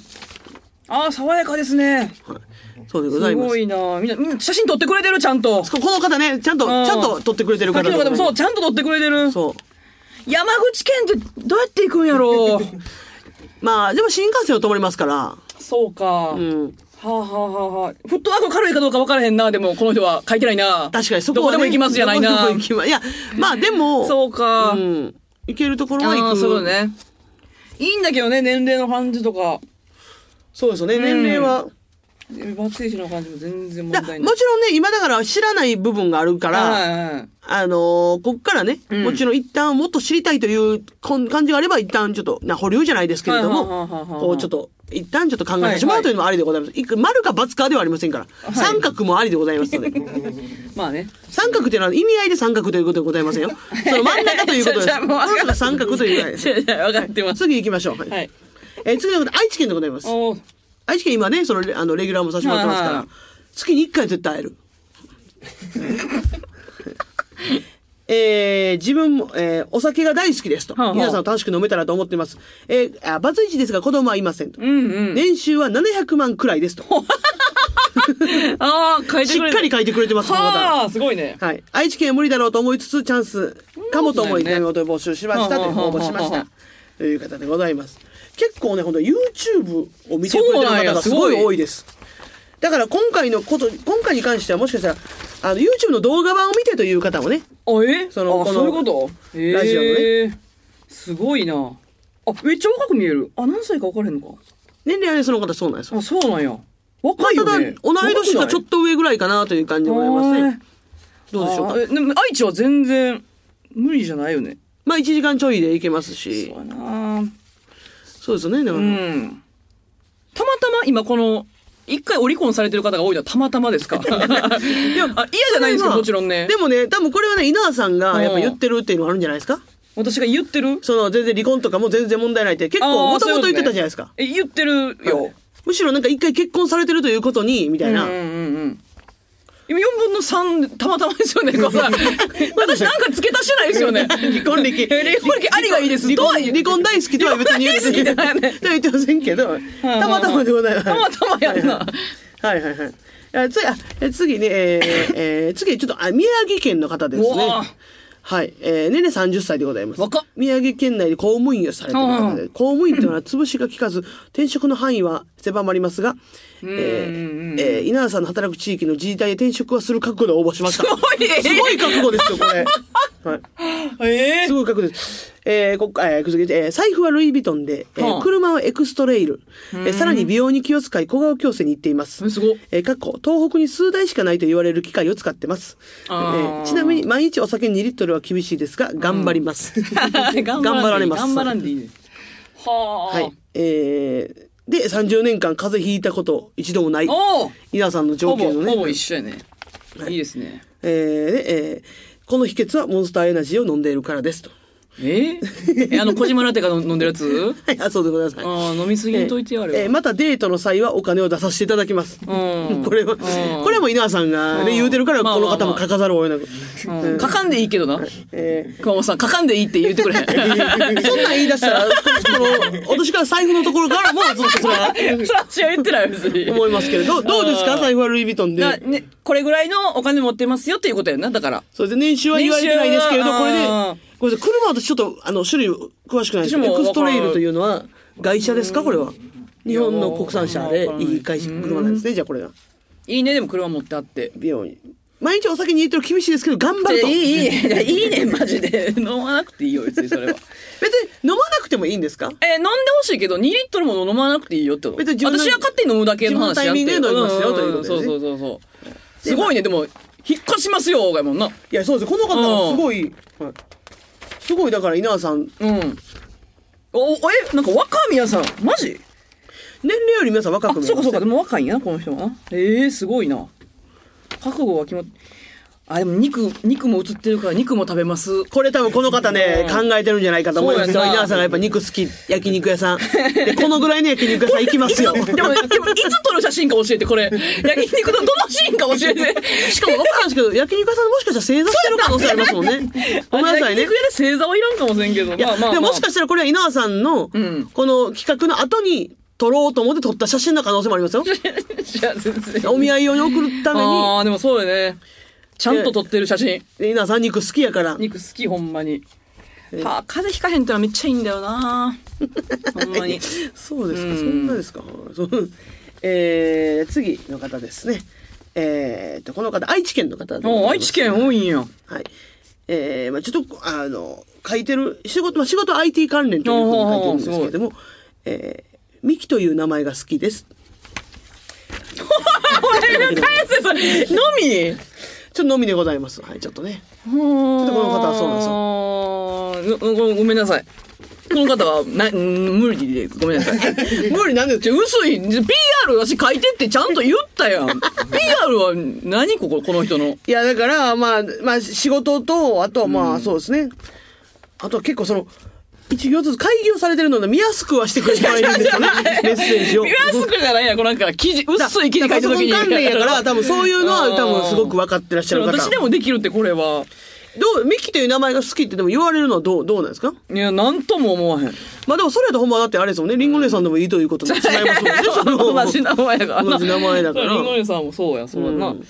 S1: ああ、爽やかですね。
S2: そうでござ
S1: す
S2: います。
S1: ごいなみんなうん、写真撮ってくれてる、ちゃんと。
S2: ここの方ね、ちゃんと、
S1: うん
S2: ちゃんと撮ってくれてる
S1: さっ
S2: 方
S1: きの方もそう、
S2: う。
S1: ちゃんと撮ってくれてる。
S2: そ
S1: 山口県ってどうやって行くんやろう
S2: う。まあ、でも新幹線を通りますから、
S1: そうか。
S2: うん。
S1: はあ、はあはあはあ、フットワーク軽いかどうか分からへんな。でも、この人は書いてないな。
S2: 確かにそこ
S1: どこ
S2: は、
S1: で
S2: ね、
S1: も行きますじゃない
S2: どこ
S1: な
S2: でも。行きまいや、まあでも、
S1: そうか。あ
S2: うん。行けるところは行
S1: あ、
S2: く。
S1: そうね。いいんだけどね、年齢の感じとか。
S2: そうですよね、年齢は。
S1: バツイチの感じも全然問
S2: だ
S1: 題ない。
S2: もちろんね、今だから知らない部分があるから、
S1: はいはいはい
S2: あのーこっからね、
S1: うん
S2: もちろん一旦もっと知りたいというこん感じがあれば、一旦ちょっと、な、保留じゃないですけれど
S1: はいはいはいはいは
S2: も、
S1: い
S2: こうちょっと、一旦ちょっと考えてしま
S1: は
S2: う
S1: い
S2: というのもありでございます。いく丸か×かではありませんから、
S1: い
S2: 三角もありでございますので。
S1: まあね。
S2: 三角というのは意味合いで三角ということでござい ませんよ。その真ん中ということです。
S1: じゃあもう
S2: 真ん中三角とい うぐらいです。
S1: じゃじゃ分かってます。
S2: 次行きましょう。はい。
S1: はい。
S2: えー次のこと、愛知県でございます。
S1: おー
S2: 愛知県今ね、そのレ、あの、レギュラーもさせてもらってますか
S1: はいは
S2: ら
S1: い、
S2: 月に1回絶対会える。 えー自分も、えーお酒が大好きですと。
S1: はあはあ
S2: 皆さん楽しく飲めたらと思ってます。えー、あ、バツイチですが子供はいませんと。
S1: うんうん。
S2: 年収は700万くらいで すと。
S1: ああ、書いて
S2: し
S1: くれ
S2: っかり書いてくれてます、この方。
S1: はあ、すごいね。
S2: はい。愛知県は無理だろうと思いつつ、チャンスかもと思い、
S1: そんなことないよね
S2: 悩み事を募集しましたという
S1: はあはあ
S2: 応
S1: はあはあ
S2: 募しました。という方でございます。結構ね、ほんと YouTube を見てくれてる方がすごい多いです。だから今回のこと、今回に関してはもしかしたら、あの、YouTube の動画版を見てという方もね、
S1: あ、え
S2: その
S1: あ
S2: この
S1: そういうことえ
S2: ラジオのね
S1: ーすごいな。あ、めっちゃ若く見える。あ、何歳か分からへんの
S2: 年齢はね、その方そうなんですよ
S1: か。あ、そうなんや。若い
S2: た
S1: よ
S2: だ、
S1: ね。
S2: 同い年がちょっ
S1: と
S2: と上ぐらいかなという感じでございますね。どうでしょうか。
S1: えでも愛知は全然無理じゃないよね。
S2: まあ、1時間ちょいでいけますし
S1: そう。やな
S2: そうですね。でも
S1: うん。たまたま今この、一回オリコンされてる方が多いのはたまたま ですかいや、あ嫌じゃないんですけど、もちろんね。
S2: でもね、多分これはね、稲葉さんがやっぱ言ってるっていうのはあるんじゃないですか
S1: 私が言ってる
S2: その全然離婚とかも全然問題ないって結構
S1: あ
S2: も
S1: ー
S2: ともと言ってたじゃないですか。
S1: そううことねえ言ってるよ。
S2: むしろなんか一回結婚されてるということに、みたいな。
S1: うんうんうん。今4分の3、たまたまですよね、 これ私なんか付け足してないですよね。
S2: 離婚歴。
S1: え離婚歴ありがいいです
S2: 離婚
S1: とは言う
S2: 離婚大好きとは別に言って
S1: 離婚大好きだよね
S2: とは言ってませんけど、たまたまでございます。
S1: たまたまやんな
S2: はいはいはいはいはい。あ次あえ次ね、えーえー次ちょっと、あ、宮城県の方です
S1: う
S2: ね
S1: わ。
S2: はい。えー、ねね30歳でございます。
S1: 若っ
S2: 宮城県内で公務員をされている方
S1: う
S2: で、公務員というのは潰しが効かず、転職の範囲は狭まりますが、えーえー稲田さんの働く地域の自治体へ転職はする覚悟で応募しました。
S1: すごいね
S2: すごい覚悟ですよ、こ れ。はい。
S1: ええ
S2: すごい額です。えー、こっえーくずきえー財布はルイ・ヴィトンで、えー
S1: はあ
S2: 車はエクストレイル、えーさらに美容に気を使い小顔矯正に行っています。
S1: えすごっ
S2: えー、かっこ東北に数台しかないと言われる機械を使ってます。え
S1: あー
S2: ーちなみに毎日お酒2リットルは厳しいですが、頑張り ます。
S1: 頑
S2: 張られます
S1: 頑張らんでいいです。はあ。
S2: はい。えー、で、30年間風邪ひいたこと一度もない。
S1: おお
S2: 稲田さんの
S1: ほ
S2: 条
S1: ぼ、
S2: 件の
S1: ほぼ
S2: ね。
S1: 一緒やね。いいですね。
S2: えーでえーこの秘訣はモンスターエナジーを飲んでいるからですと。
S1: え えあの、小島ラテが飲んでるやつ
S2: はい、あ、そうでございます。はい
S1: ああ、飲みすぎんといてやれ
S2: えー
S1: よ。
S2: またデートの際はお金を出させていただきます。
S1: うん
S2: これは、これはもう稲葉さんが、
S1: うん
S2: ね、言うてるから、
S1: まあ
S2: この方も書かざるを 得なく。
S1: うんかかんでいいけどな。
S2: え
S1: 熊本さん、かかんでいいって言ってくれ。
S2: ーそんなん言い出したら、この、私から財布のところからもずっとそれは
S1: そらしは言ってない、別に。
S2: 思いますけれど、どうですか財布はルイ・ヴィトン
S1: だ
S2: で。
S1: ね、これぐらいのお金持ってますよっていうことやな、だから。
S2: それで年収は言われてないですけれど、
S1: 年収
S2: これで
S1: は、
S2: ごめんなさい、車は私ちょっと、あの、種類詳しくないですけ
S1: 私
S2: ど、
S1: も
S2: エクストレイ
S1: わか
S2: ル
S1: る
S2: というのは、外車ですかこれは。日本の国産車で
S1: わ、からない
S2: い会社、車なんですね、じゃあこれが。
S1: いいね、でも車持ってあって。
S2: 美容に。毎日お酒に入れてる厳しいですけど、頑張ると。
S1: いい、いい、いいね、マジで。飲まなくていいよ、別にそ れは。
S2: 別に飲まなくてもいいんですか
S1: えー飲んでほしいけど、2リットルも飲まなくていいよってこと。
S2: 別に自分の
S1: 私は勝手に飲むだけの話やんって
S2: 自分のタイミングで飲みますよ
S1: んんん
S2: ということでね
S1: そうそうそうそう。すごいね、でも、引っ越しますよ、がやもんな。
S2: いや、そうです。この方がすごい、はいすごい、だから稲葉さん、
S1: うん。お、おえ、なんか若宮さん、マジ
S2: 年齢より皆さん若
S1: あ、
S2: く見え
S1: そう
S2: ま
S1: かそ
S2: す
S1: うか、でも若いんやな、この人は。ええすごいな。覚悟が決まっあ、でも肉、肉も映ってるから肉も食べます。
S2: これ多分この方ね、
S1: う
S2: 考えてるんじゃないかと思います
S1: そうや
S2: よ。
S1: な
S2: 稲葉さんがやっぱ肉好き、焼肉屋さん。で、このぐらいの焼肉屋さん行きます よ。
S1: でも、でもいつ撮る写真か教えて、こ れ。焼肉のどのシーンか教えて。
S2: しかも分からんですけど、焼肉屋さんもしかしたら正座してる可能性あり ますもんね。ごめんなさい
S1: 焼
S2: ね
S1: 肉。屋で正座はいらんかもしれんけど。
S2: いや、でももしかしたらこれは稲葉さんの、
S1: ん
S2: この企画の後に撮ろうと思って撮った写真の可能性もありますよ。
S1: じゃあ、全然。
S2: お見合い用に送るため
S1: ああ、でもそうよね。ちゃんと撮ってる写真。
S2: に、稲葉さん肉好きやから。
S1: 肉好き、ほんまに。はあ、風邪ひかへんってのはめっちゃいいんだよな。ほんま に。
S2: そうですか、そんなですか。そうえー、次の方ですね。えー、と、この方、愛知県の方でござい
S1: も
S2: ま
S1: う
S2: す
S1: 愛知県多いん や。
S2: はい。えー、まあちょっと、あの、書いてる、仕事、まあ仕事は IT 関連というふうに書いてるんですけれども、えー、ミキという名前が好きです。
S1: 俺の返せそれのみ
S2: ちょっとのみでございます。はい、ちょっとね。
S1: ちょ
S2: っとこの方はそう
S1: なんですよ。ごごめんなさい。この方は、な、ん無理で、ごめんなさい。
S2: 無理なんです
S1: ちょ、薄い。PR 私書いてってちゃんと言ったやん。PR は何ここ、この人の。
S2: いや、だから、まあ、まあ、仕事と、あとはまあ、そうですね。あとは結構その、一行ずつ会議をされてるので、見やすくはしてくれてはいるんですよね。メッセージ を。
S1: 見やすくじゃないやん、こうなんか、記事、薄い記事書いた時に。
S2: パソコン関連 やから、多分そういうのは
S1: うん
S2: 多分すごく分かってらっしゃる方。
S1: 私でもできるって、これは。
S2: どう、ミキという名前が好きってでも言われるのはどう、どうなんですか
S1: いや、なんとも思わへん。
S2: まあでもそれやとほんまだってあれですもんね、リンゴ姉さんでもいいとい うことになってしまいますもんねその。
S1: 同じ名前やからな。
S2: 同じ名前だから
S1: リンゴ姉さんもそうや、そうやな。
S2: うん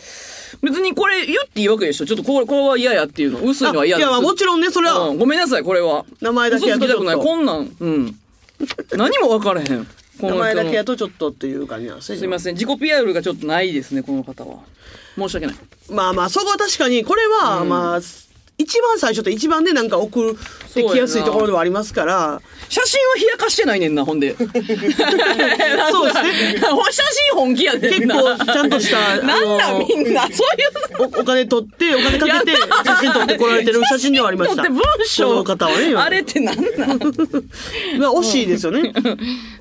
S1: 別にこれ言っていいわけでしょちょっとこれ、これは嫌やっていうの。薄いのは
S2: あい
S1: 嫌です。
S2: や、まあもちろんね、それは、
S1: うんごめんなさい、これは。
S2: 名前だけや
S1: 嘘
S2: と
S1: つき
S2: ち
S1: た
S2: ょ
S1: くない。
S2: っと、
S1: こんなん、うん。何も分からへん。この人
S2: 名
S1: の
S2: 前だけやとちょっとっていう感じなんですね。
S1: すいません。自己 PR がちょっとないですね、この方は。申し訳ない。
S2: まあまあ、そこは確かに、これは、まあ、一番最初と一番でなんか送ってきやすいところではありますから、
S1: 写真を冷やかしてないねんな、ほん で。そうですね。写真本気やねん
S2: 結
S1: な。
S2: 構ちゃんとした、あ
S1: なんだ
S2: の
S1: みんな、そういう。
S2: おお金取って、お金かけて、写真撮ってこられてる写真ではありまし
S1: 人
S2: た。
S1: って文章
S2: この方はね。
S1: あれってなんなん
S2: まあ惜しいですよね。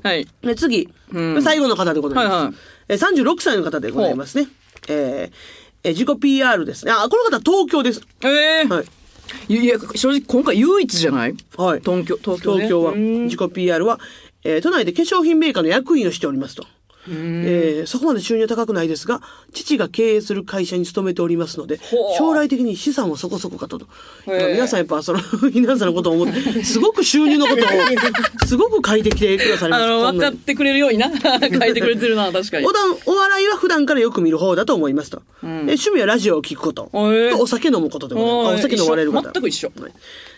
S1: はい。
S2: で次、
S1: うん
S2: 最後の方でございます。
S1: はいはい
S2: えー36歳の方でございますね。えーえー自己 PR ですね。あ、この方は東 京です。
S1: ええ
S2: はい。
S1: いやいや、正直今回唯一じゃない
S2: はい
S1: 東京、東京、ね。
S2: 東京は、
S1: うん
S2: 自己 PR は、えー都内で化粧品メーカーの役員をしておりますと。えーそこまで収入は高くないですが父が経営する会社に勤めておりますので
S1: ほう
S2: 将来的に資産はそこそこかとと、
S1: へえ
S2: 皆さんやっぱその 皆さんのことを思ってすごく収入のこと をすごく書いてきてくださいま
S1: あ
S2: す
S1: の、分かってくれるようにな。書いてくれてるな、確かに
S2: お。だんお笑いは普段からよく見る方だと思いますと、え趣味はラジオを聞くこと、
S1: へえ
S2: とお酒飲むことでございますあ
S1: おー
S2: お酒飲まれる
S1: 一
S2: 方
S1: 緒全く一緒
S2: はい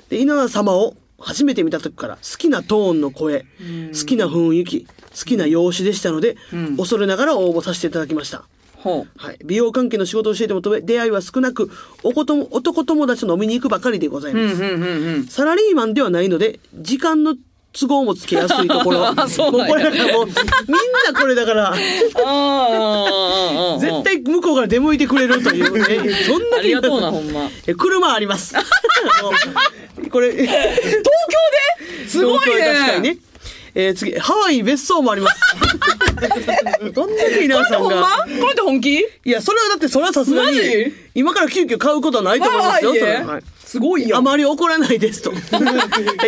S2: で稲田様を初めて見た時から好きなトーンの声好きな雰囲気好きな容姿でしたので、恐れながら応募させていただきました
S1: ほう。
S2: はい、美容関係の仕事をしていても出会いは少なくおことも男友達と飲みに行くばかりでございます、
S1: うんうんうん。
S2: サラリーマンではないので、時間の都合もつけやすいところ。
S1: あ そうなんや
S2: もこれだからもう、みんなこれだから、
S1: あーあー、あーあー
S2: 絶対向こうから出向いてくれるという ね。そんだ
S1: あ
S2: け
S1: りがとうな、ほんま。
S2: え車あ ります。もうこれ、東京
S1: すごいね
S2: 確かにね。えー次、ハワイ別荘もあります。 どんだけ皆さん
S1: ほんま
S2: が。
S1: これって本気
S2: いや、それはだって、それはさすがに
S1: マジ、
S2: 今から急遽買うことはないと思いますよ、それははい
S1: すごいや
S2: あ
S1: ん。
S2: まり怒らないです と。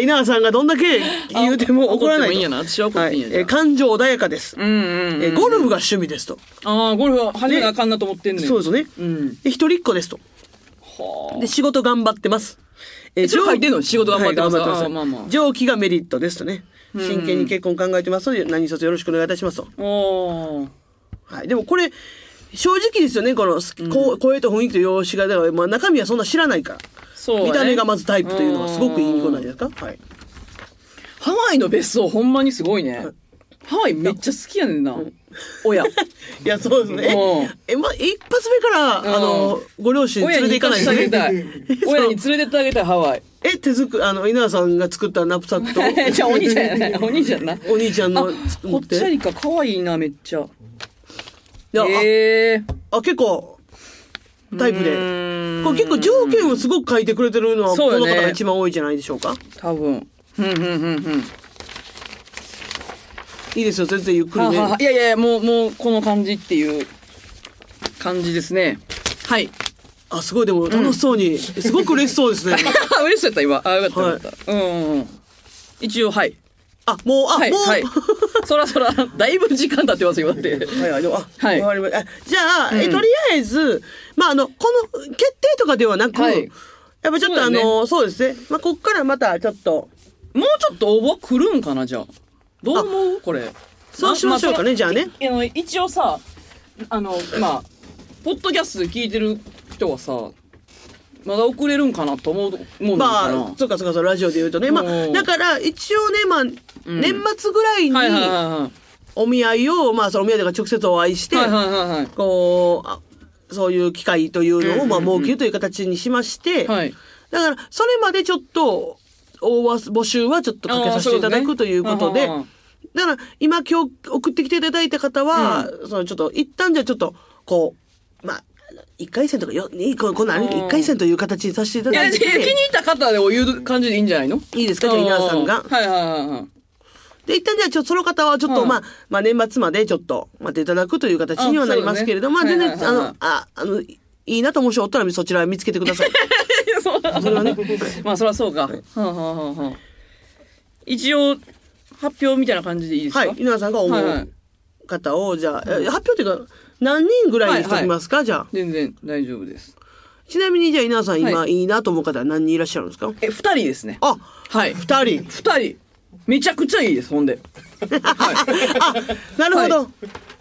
S2: 稲葉さんがどんだけ言うても怒らな
S1: あ
S2: い
S1: 怒ってもい
S2: と。
S1: いんやな私は怒っていいんや
S2: はえー感情穏やかです。
S1: うんうん。
S2: えーゴルフが趣味ですと。
S1: ああ、ゴルフは始めなあかんなと思ってんねん。
S2: そうですね。
S1: ん
S2: で一人っ子ですと。
S1: は
S2: で仕事頑張ってます。え
S1: えそれ書いてんの仕事頑張ってます
S2: はい頑張
S1: あまあまあ
S2: 上記がメリットですとね。真剣に結婚考えてますので何卒よろしくお願いいたしますと。
S1: あ。おー
S2: はい。でもこれ正直ですよね。このすこう声と雰囲気と容姿がだからまあ中身はそんな知らないから。
S1: そう、ね。
S2: 見た目がまずタイプというのはすごくいいことなんじゃないですか。はい。
S1: ハワイの別荘ほんまにすごいね。ハワイめっちゃ好きやねんな。親。
S2: いや、そうです
S1: うん
S2: ね。え、ま、一発目から、
S1: ん
S2: あの、ご両 親
S1: 親
S2: 連れ
S1: に
S2: て行
S1: 行
S2: か
S1: か
S2: な
S1: せてあ
S2: い
S1: げ
S2: で
S1: たい
S2: ね。。
S1: 親に連れてってあげたいハワイ。
S2: え、手作り、あの、稲田さんが作ったナプサック
S1: じゃあお兄ちゃんやね。お兄ちゃんな。
S2: と、お兄ちゃん
S1: あ、
S2: の持
S1: ほ
S2: っ。
S1: ってちゃ
S2: い
S1: りか可愛いなめっちゃ。
S2: や、
S1: ええ
S2: あ、あ結構、タイプ
S1: う
S2: で。
S1: ーん
S2: これ結構条件をすごく書いてくれてるのは、
S1: そう
S2: こ
S1: よ
S2: の
S1: ね
S2: 方が一番多いじゃないでしょうか。
S1: 多分。うんうんうんうん。
S2: いいですよ、全然ゆっくり
S1: は
S2: ね。
S1: ははいやいやいやもうもうこの感じっていう感じですね。はい。
S2: あ、すごい、でも楽しそうに、すごく嬉しそうで すね。
S1: あ 嬉しそうやった今。あよかったよかった。うんうんうん。一応はい。
S2: あ、もう、あ、
S1: はい
S2: もう、
S1: はい。そらそらだいぶ時間経ってますよだって。
S2: はいはい、でもあ、
S1: はい
S2: わかりました。あじゃあ、えとりあえず、まあ、あの、この決定とかではなく、
S1: はい
S2: やっぱちょっと
S1: そ
S2: あ
S1: うだね
S2: の、そうですね。まあ、こっからまたちょっと、
S1: もうちょっと応募来るんかなじゃあ。どう思うこれ。
S2: そうしましょうかね、じゃあね。
S1: あの一応さあのまあポッドキャストで聞いてる人はさまだ遅れるんかなと思う思うのかな、
S2: まあ、そうかそうかそう、ラジオで言うとね。まあ
S1: う、ん
S2: だから、一応ね、まあ、年末ぐらい
S1: はいはいは
S2: に、
S1: いはい
S2: お見合いを、まあ、そのお見合いとか直接お会いして、
S1: はいはいはいはい
S2: こうあ、そういう機会というのを、まあ、設けるという形にしまして、
S1: はい
S2: だから、それまでちょっと、応募募集はちょっとかけさせていただ
S1: あーそうですね
S2: くということ
S1: う
S2: で、
S1: んうんうん
S2: だから、今今日送ってきていただいた方は、そのちょっと、一旦じゃあちょっと、こう、まあ、一回戦とかよ、ねここんなんあれ
S1: うん
S2: 一回戦という形にさせていた
S1: いや
S2: だい
S1: いや
S2: て、
S1: 気に入った方でお言う感じでいいんじゃないの
S2: いいですかじゃあ稲田さんが
S1: うはいはいはいはい
S2: で、一旦じゃあちょっとその方はちょっと、
S1: うん
S2: まあ、まあ年末までちょっと待っていただくという形にはなりますけれども、
S1: あ
S2: ま
S1: そ
S2: あ
S1: うだ
S2: 全
S1: ね
S2: 然、あ
S1: はいはいはい
S2: の、あ、あの、いいなと思う人おったらそちら見つけてください。
S1: いやそう
S2: それはね。
S1: まあそりゃそうか、はあはあはあはあ一応発表みたいな感じでいいですか
S2: はい。稲田さんが思
S1: はいは
S2: う
S1: い
S2: 方を、じゃあ、え発表というか、何人ぐらいにしときますか、じゃあ。
S1: 全然大丈夫です
S2: ちなみに、じゃあ稲田さん今、、
S1: はい
S2: いなと思う方は何人いらっしゃるんですか
S1: え二人ですね
S2: あ、
S1: はい
S2: 二人。
S1: 二人めちゃくちゃいいですほんで
S2: あ、なるほど。
S1: は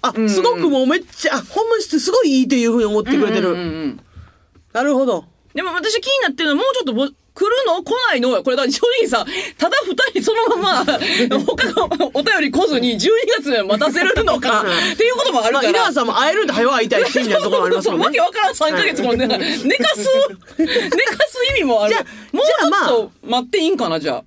S2: あ、すごくもうめっちゃ、あほんまにすごいいいというふうに思ってくれてる。
S1: うんうんうん
S2: なるほど。
S1: でも私気になってるのはもうちょっとぼ来るの来ないのこれだから正直さ、ただ二人そのま ま、他のお便り来ずに12月待たせるの か、っていうこともある
S2: ま
S1: か
S2: あ、
S1: ら。
S2: 稲田さんも会えるんで早う会いたいし、みたいなところもありますもん
S1: わ
S2: ね
S1: け。わからん3ヶ月もね、寝か す、寝かす意味もある。
S2: じゃ
S1: もう
S2: じゃあまあ
S1: ちょっと待っていいんかな、じゃあ。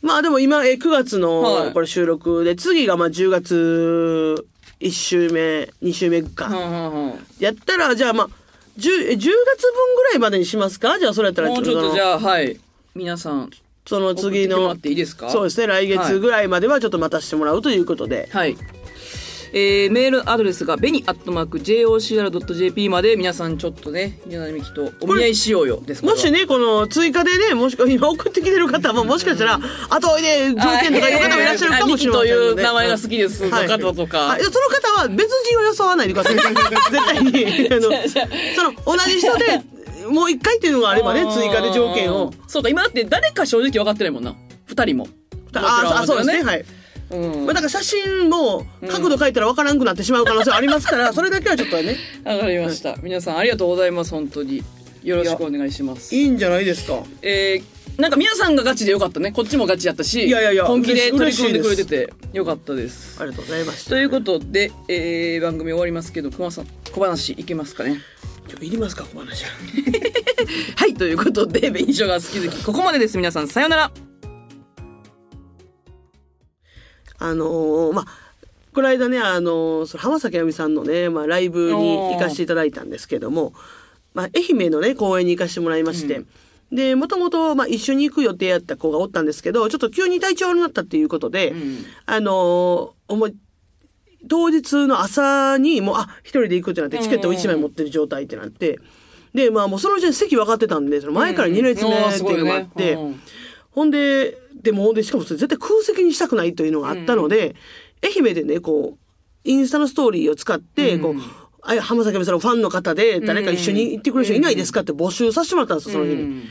S2: まあでも今、えー9月
S1: は
S2: の
S1: い
S2: これ収録で、次がまあ10月1週目、2週目か。
S1: うんうんうん
S2: やったら、じゃあまあ、10, え10月分ぐらいまでにしますかじゃあそれやったら
S1: もうちょっとじ
S2: あ
S1: ゃあ、はい。皆さん、
S2: その
S1: 送っ
S2: 次
S1: てもら
S2: の
S1: っていいですか
S2: そうですね来
S1: はい
S2: 月ぐらいまではちょっと待たせてもらうということで、
S1: はい。えーメールアドレスがベニアットマーク JOCR.jp まで皆さんちょっとね、稲田美希とお見合いしようよですから
S2: もしねこの追加でねもしくは今送ってきてる方ももしかしたら後追いで条件とかいう方もいらっしゃるかもしれま
S1: あ
S2: せんので
S1: ミキという名前が好きです
S2: はい
S1: の方とか
S2: あいやその方は別人を装わないで ください絶対にあのその同じ人 でもう一回っていうのがあればね追加で条件を。
S1: そうか、今だって誰か正直分かってないもんな。二人も。
S2: ああそうですね
S1: い。
S2: はい
S1: うん。
S2: まあ、だから写真も角度変えたらわからんくなってしまう可能性ありますから、それだけはちょっとね
S1: わかりました。皆さんありがとうございます、本当に。よろしくお願いします。
S2: いいんじゃないですか
S1: えー、なんか皆さんがガチでよかったね。こっちもガチやったし、
S2: いやいやいや
S1: 本気で取り組んでくれ
S2: 嬉
S1: て
S2: して
S1: よかったです。
S2: ありがとうございました
S1: ということで、えー、番組終わりますけど、熊さん、小話いけますかね。
S2: ちょいりますか小話
S1: はい、ということで、紅生が好き好き、ここまでです。皆さん、さようなら。
S2: あのーまあこの間ね、あのーその浜崎あゆみさんのね、まあ、ライブに行かせていただいたんですけども、まあ、愛媛のね公演に行かせてもらいまして、でもともと一緒に行く予定やった子がおったんですけどちょっと急に体調悪くなったっていうことで、
S1: ん
S2: あのー思い当日の朝にもうあ一人で行くってなってチケットを1枚持ってる状態ってなって、でまあもうそのうちに席分かってたんでその前から2列目っていうのがあって。
S1: うん
S2: ほんで、でも、で、しかもそれ絶対空席にしたくないというのがあったので、愛媛でね、こう、インスタのストーリーを使って、こう、あ浜崎あゆみさんのファンの方で、誰か一緒に行ってくれる人いないですかって募集させてもらったんですよ、その日に。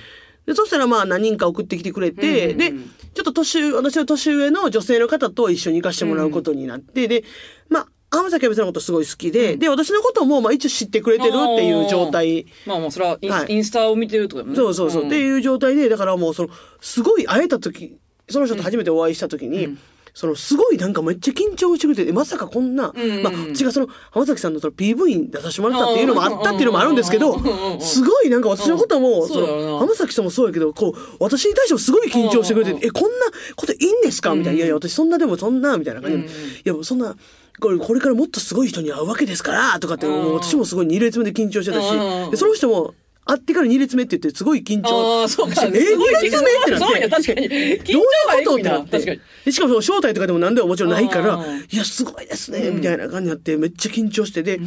S2: で、そしたらまあ何人か送ってきてくれて、で、ちょっと年上、私の年上の女性の方と一緒に行かせてもらうことになって、で、まあ、浜崎あゆみさんのことすごい好きで、で、私のこともまあ一応知ってくれてるっていう状態。
S1: まあまあ、それはイン,、
S2: はい
S1: インスタを見てるとかもね。
S2: そうそうそう。
S1: ん
S2: っていう状態で、だからもうその、すごい会えた時、その人と初めてお会いした時に、そのすごいなんかめっちゃ緊張してくれてえまさかこんな、
S1: んうん
S2: まあ、違うその浜崎さんのその PV に出させてもらったっていうのもあったっていうのもあるんですけ
S1: うんうんうんう
S2: ど
S1: ん
S2: すごいなんか私のことも、
S1: うん
S2: そ
S1: そうだよな
S2: の浜崎さんもそうやけどこう私に対してもすごい緊張してくれて、
S1: うんうん
S2: えこんなこといいんですかみたいな、いやいや私そんなでもそんなみたいな感じで、
S1: うんうん
S2: いやもうそんなこれこれからもっとすごい人に会うわけですからとかって、もう私もすごい2列目で緊張してたし、
S1: うんうん
S2: でその人も会ってから2列目って言ってすごい緊張
S1: あーそうか
S2: してえ
S1: すごい
S2: 2列目ってなって
S1: そうや確かに緊張
S2: どういうことっ
S1: 感
S2: て
S1: は
S2: なっ
S1: 確かに
S2: てでしかもその招待とかでも何でももちろんないから
S1: あー
S2: いやすごいですねみたいな感じになってめっちゃ緊張してで,、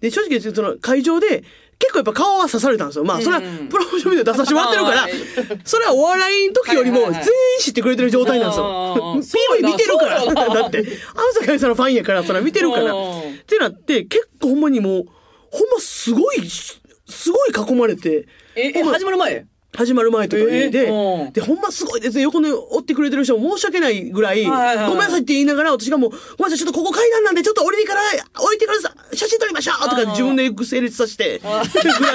S2: で正直その会場で結構やっぱ顔は刺されたんですよまあそれは
S1: うんうん
S2: プロモーションビデオ出させてもらってるか
S1: あ
S2: ら
S1: ー
S2: それはお笑いの時よりも
S1: はいはい
S2: 全
S1: はい
S2: 員知ってくれてる状態なんですよ
S1: あー
S2: PV 見てるから
S1: そうだな
S2: だってあの坂井さんのファンやからそれは見てるか
S1: あ
S2: らっ
S1: ー
S2: てなって結構ほんまにもうほんますごいしすごい囲まれて
S1: え、え、
S2: ほんま
S1: 始まる前
S2: 始まる前とかに
S1: えー
S2: で、
S1: うん
S2: で、ほんますごいですね。横に追ってくれてる人も申し訳ないぐらい、
S1: はいはいはい
S2: ごめんなさいって言いながら、私がもう、ごめんなさい、ちょっとここ階段なんで、ちょっと降りてから、降りてからさ、写真撮りましょうとか
S1: うん
S2: 自分で成立させ て、ぐら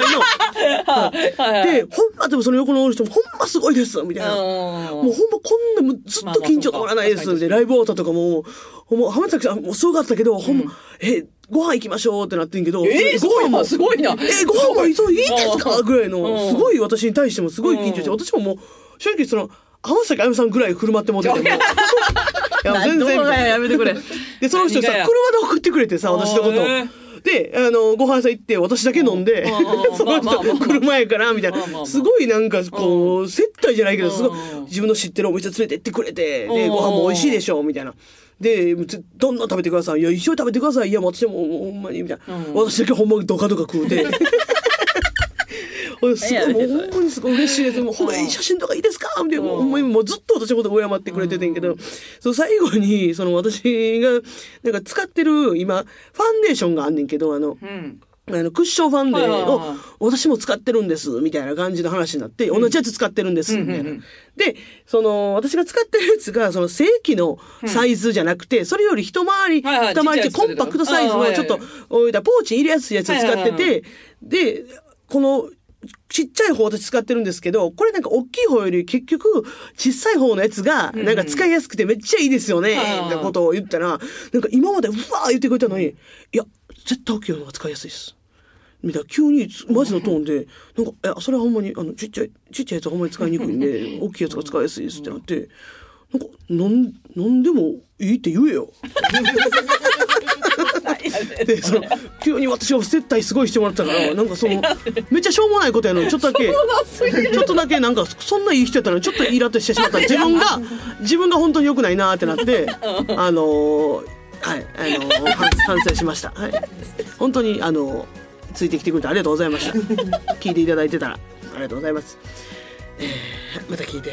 S1: はい
S2: い
S1: はい。
S2: の。で、ほんま、でもその横の人も、ほんますごいですみたいな。
S1: うん
S2: もうほんまこんなもうずっと緊張がわらないですんで、
S1: ま
S2: ライブ終わったとかも、ほんま浜崎さんもうすごかったけど、ほんま、え、ご飯行きましょうってなってんけど、
S1: えー
S2: ご飯も
S1: すごいなすごいな
S2: え、ご飯もいいそういいですか
S1: うん
S2: ぐらい
S1: うん
S2: の、すごい私に対してもすごい緊張して、
S1: うん
S2: 私ももう、正直その、浜崎あゆみさんぐらい振る舞ってもってても。い や、全然
S1: どうだよやめてくれ
S2: で、その人さ、
S1: 何がや
S2: 車で送ってくれてさ、私のことを
S1: あーね。
S2: で、あの、ご飯屋さん行って、私だけ飲んで
S1: うんうんう、 ん
S2: その
S1: まあまあまあ
S2: 人、
S1: まあ
S2: 車やから、みたい
S1: まあまあま
S2: な。
S1: あ
S2: すごいなんか、こう、接待じゃないけど、すごい
S1: うんうん、
S2: 自分の知ってるお店連れて行ってくれて、
S1: う
S2: で、
S1: ん
S2: ご飯も美味しいでしょ、みたいな。で、つどんどん食べてください。いや、一緒に食べてください。いや、私も、もうほんまに、みたいな。
S1: うん
S2: 私だけほんまにドカドカ食 うて。俺すごい、もうほんまにすごい嬉しいです。もう、ほんまに写真とかいいですかみたいな。
S1: うん
S2: ほんまにもうずっと私のこと敬ってくれててんけど、その最後に、その私が、なんか使ってる、今、ファンデーションがあんねんけど、あの、
S1: うん。
S2: あのクッションファン
S1: は
S2: デ
S1: いはいはい
S2: を私も使ってるんですみたいな感じの話になって、同じやつ使ってるんですみたいな。
S1: うんうんうん
S2: でその私が使ってるやつがその正規のサイズじゃなくて、それより一回り
S1: はいはい
S2: 二回り
S1: ち
S2: ち
S1: っち
S2: ょ
S1: ゃ
S2: コ
S1: いやつ
S2: ンパクトサイズ
S1: あーは
S2: の
S1: いはい
S2: ちょ
S1: は
S2: っ
S1: い
S2: とおいたポーチ入れやすいやつを使ってて、
S1: はいはいはい
S2: でこのちっちゃい方を私使ってるんですけど、これなんか大きい方より結局、小さい方のやつが、なんか使いやすくてめっちゃいいですよね、
S1: うん
S2: ってことを言ったら、なんか今までうわー言ってくれたのに、いや、絶対大きい方が使いやすいです。みたいな、急にマジのトーンで、なんか、え、それはほんまに、あの、ちっちゃい、ちっちゃいやつはほんまに使いにくいん で、大きいやつが使いやすいですってなって、なんか、なん、なんでもいいって言えよ。でその急に私を接待すごいしてもらったからなんかそのめっちゃしょうもないことやの にちょっとだけちょっとだけなんかそんないい人やったのにちょっとイラッとしてし まった自分が自分が本当に良くないなーってなってあのーはいあのー反反省しました、はい、本当にあのーついてきてくれてありがとうございました聞いていただいてたらありがとうございます、えーまた聞いて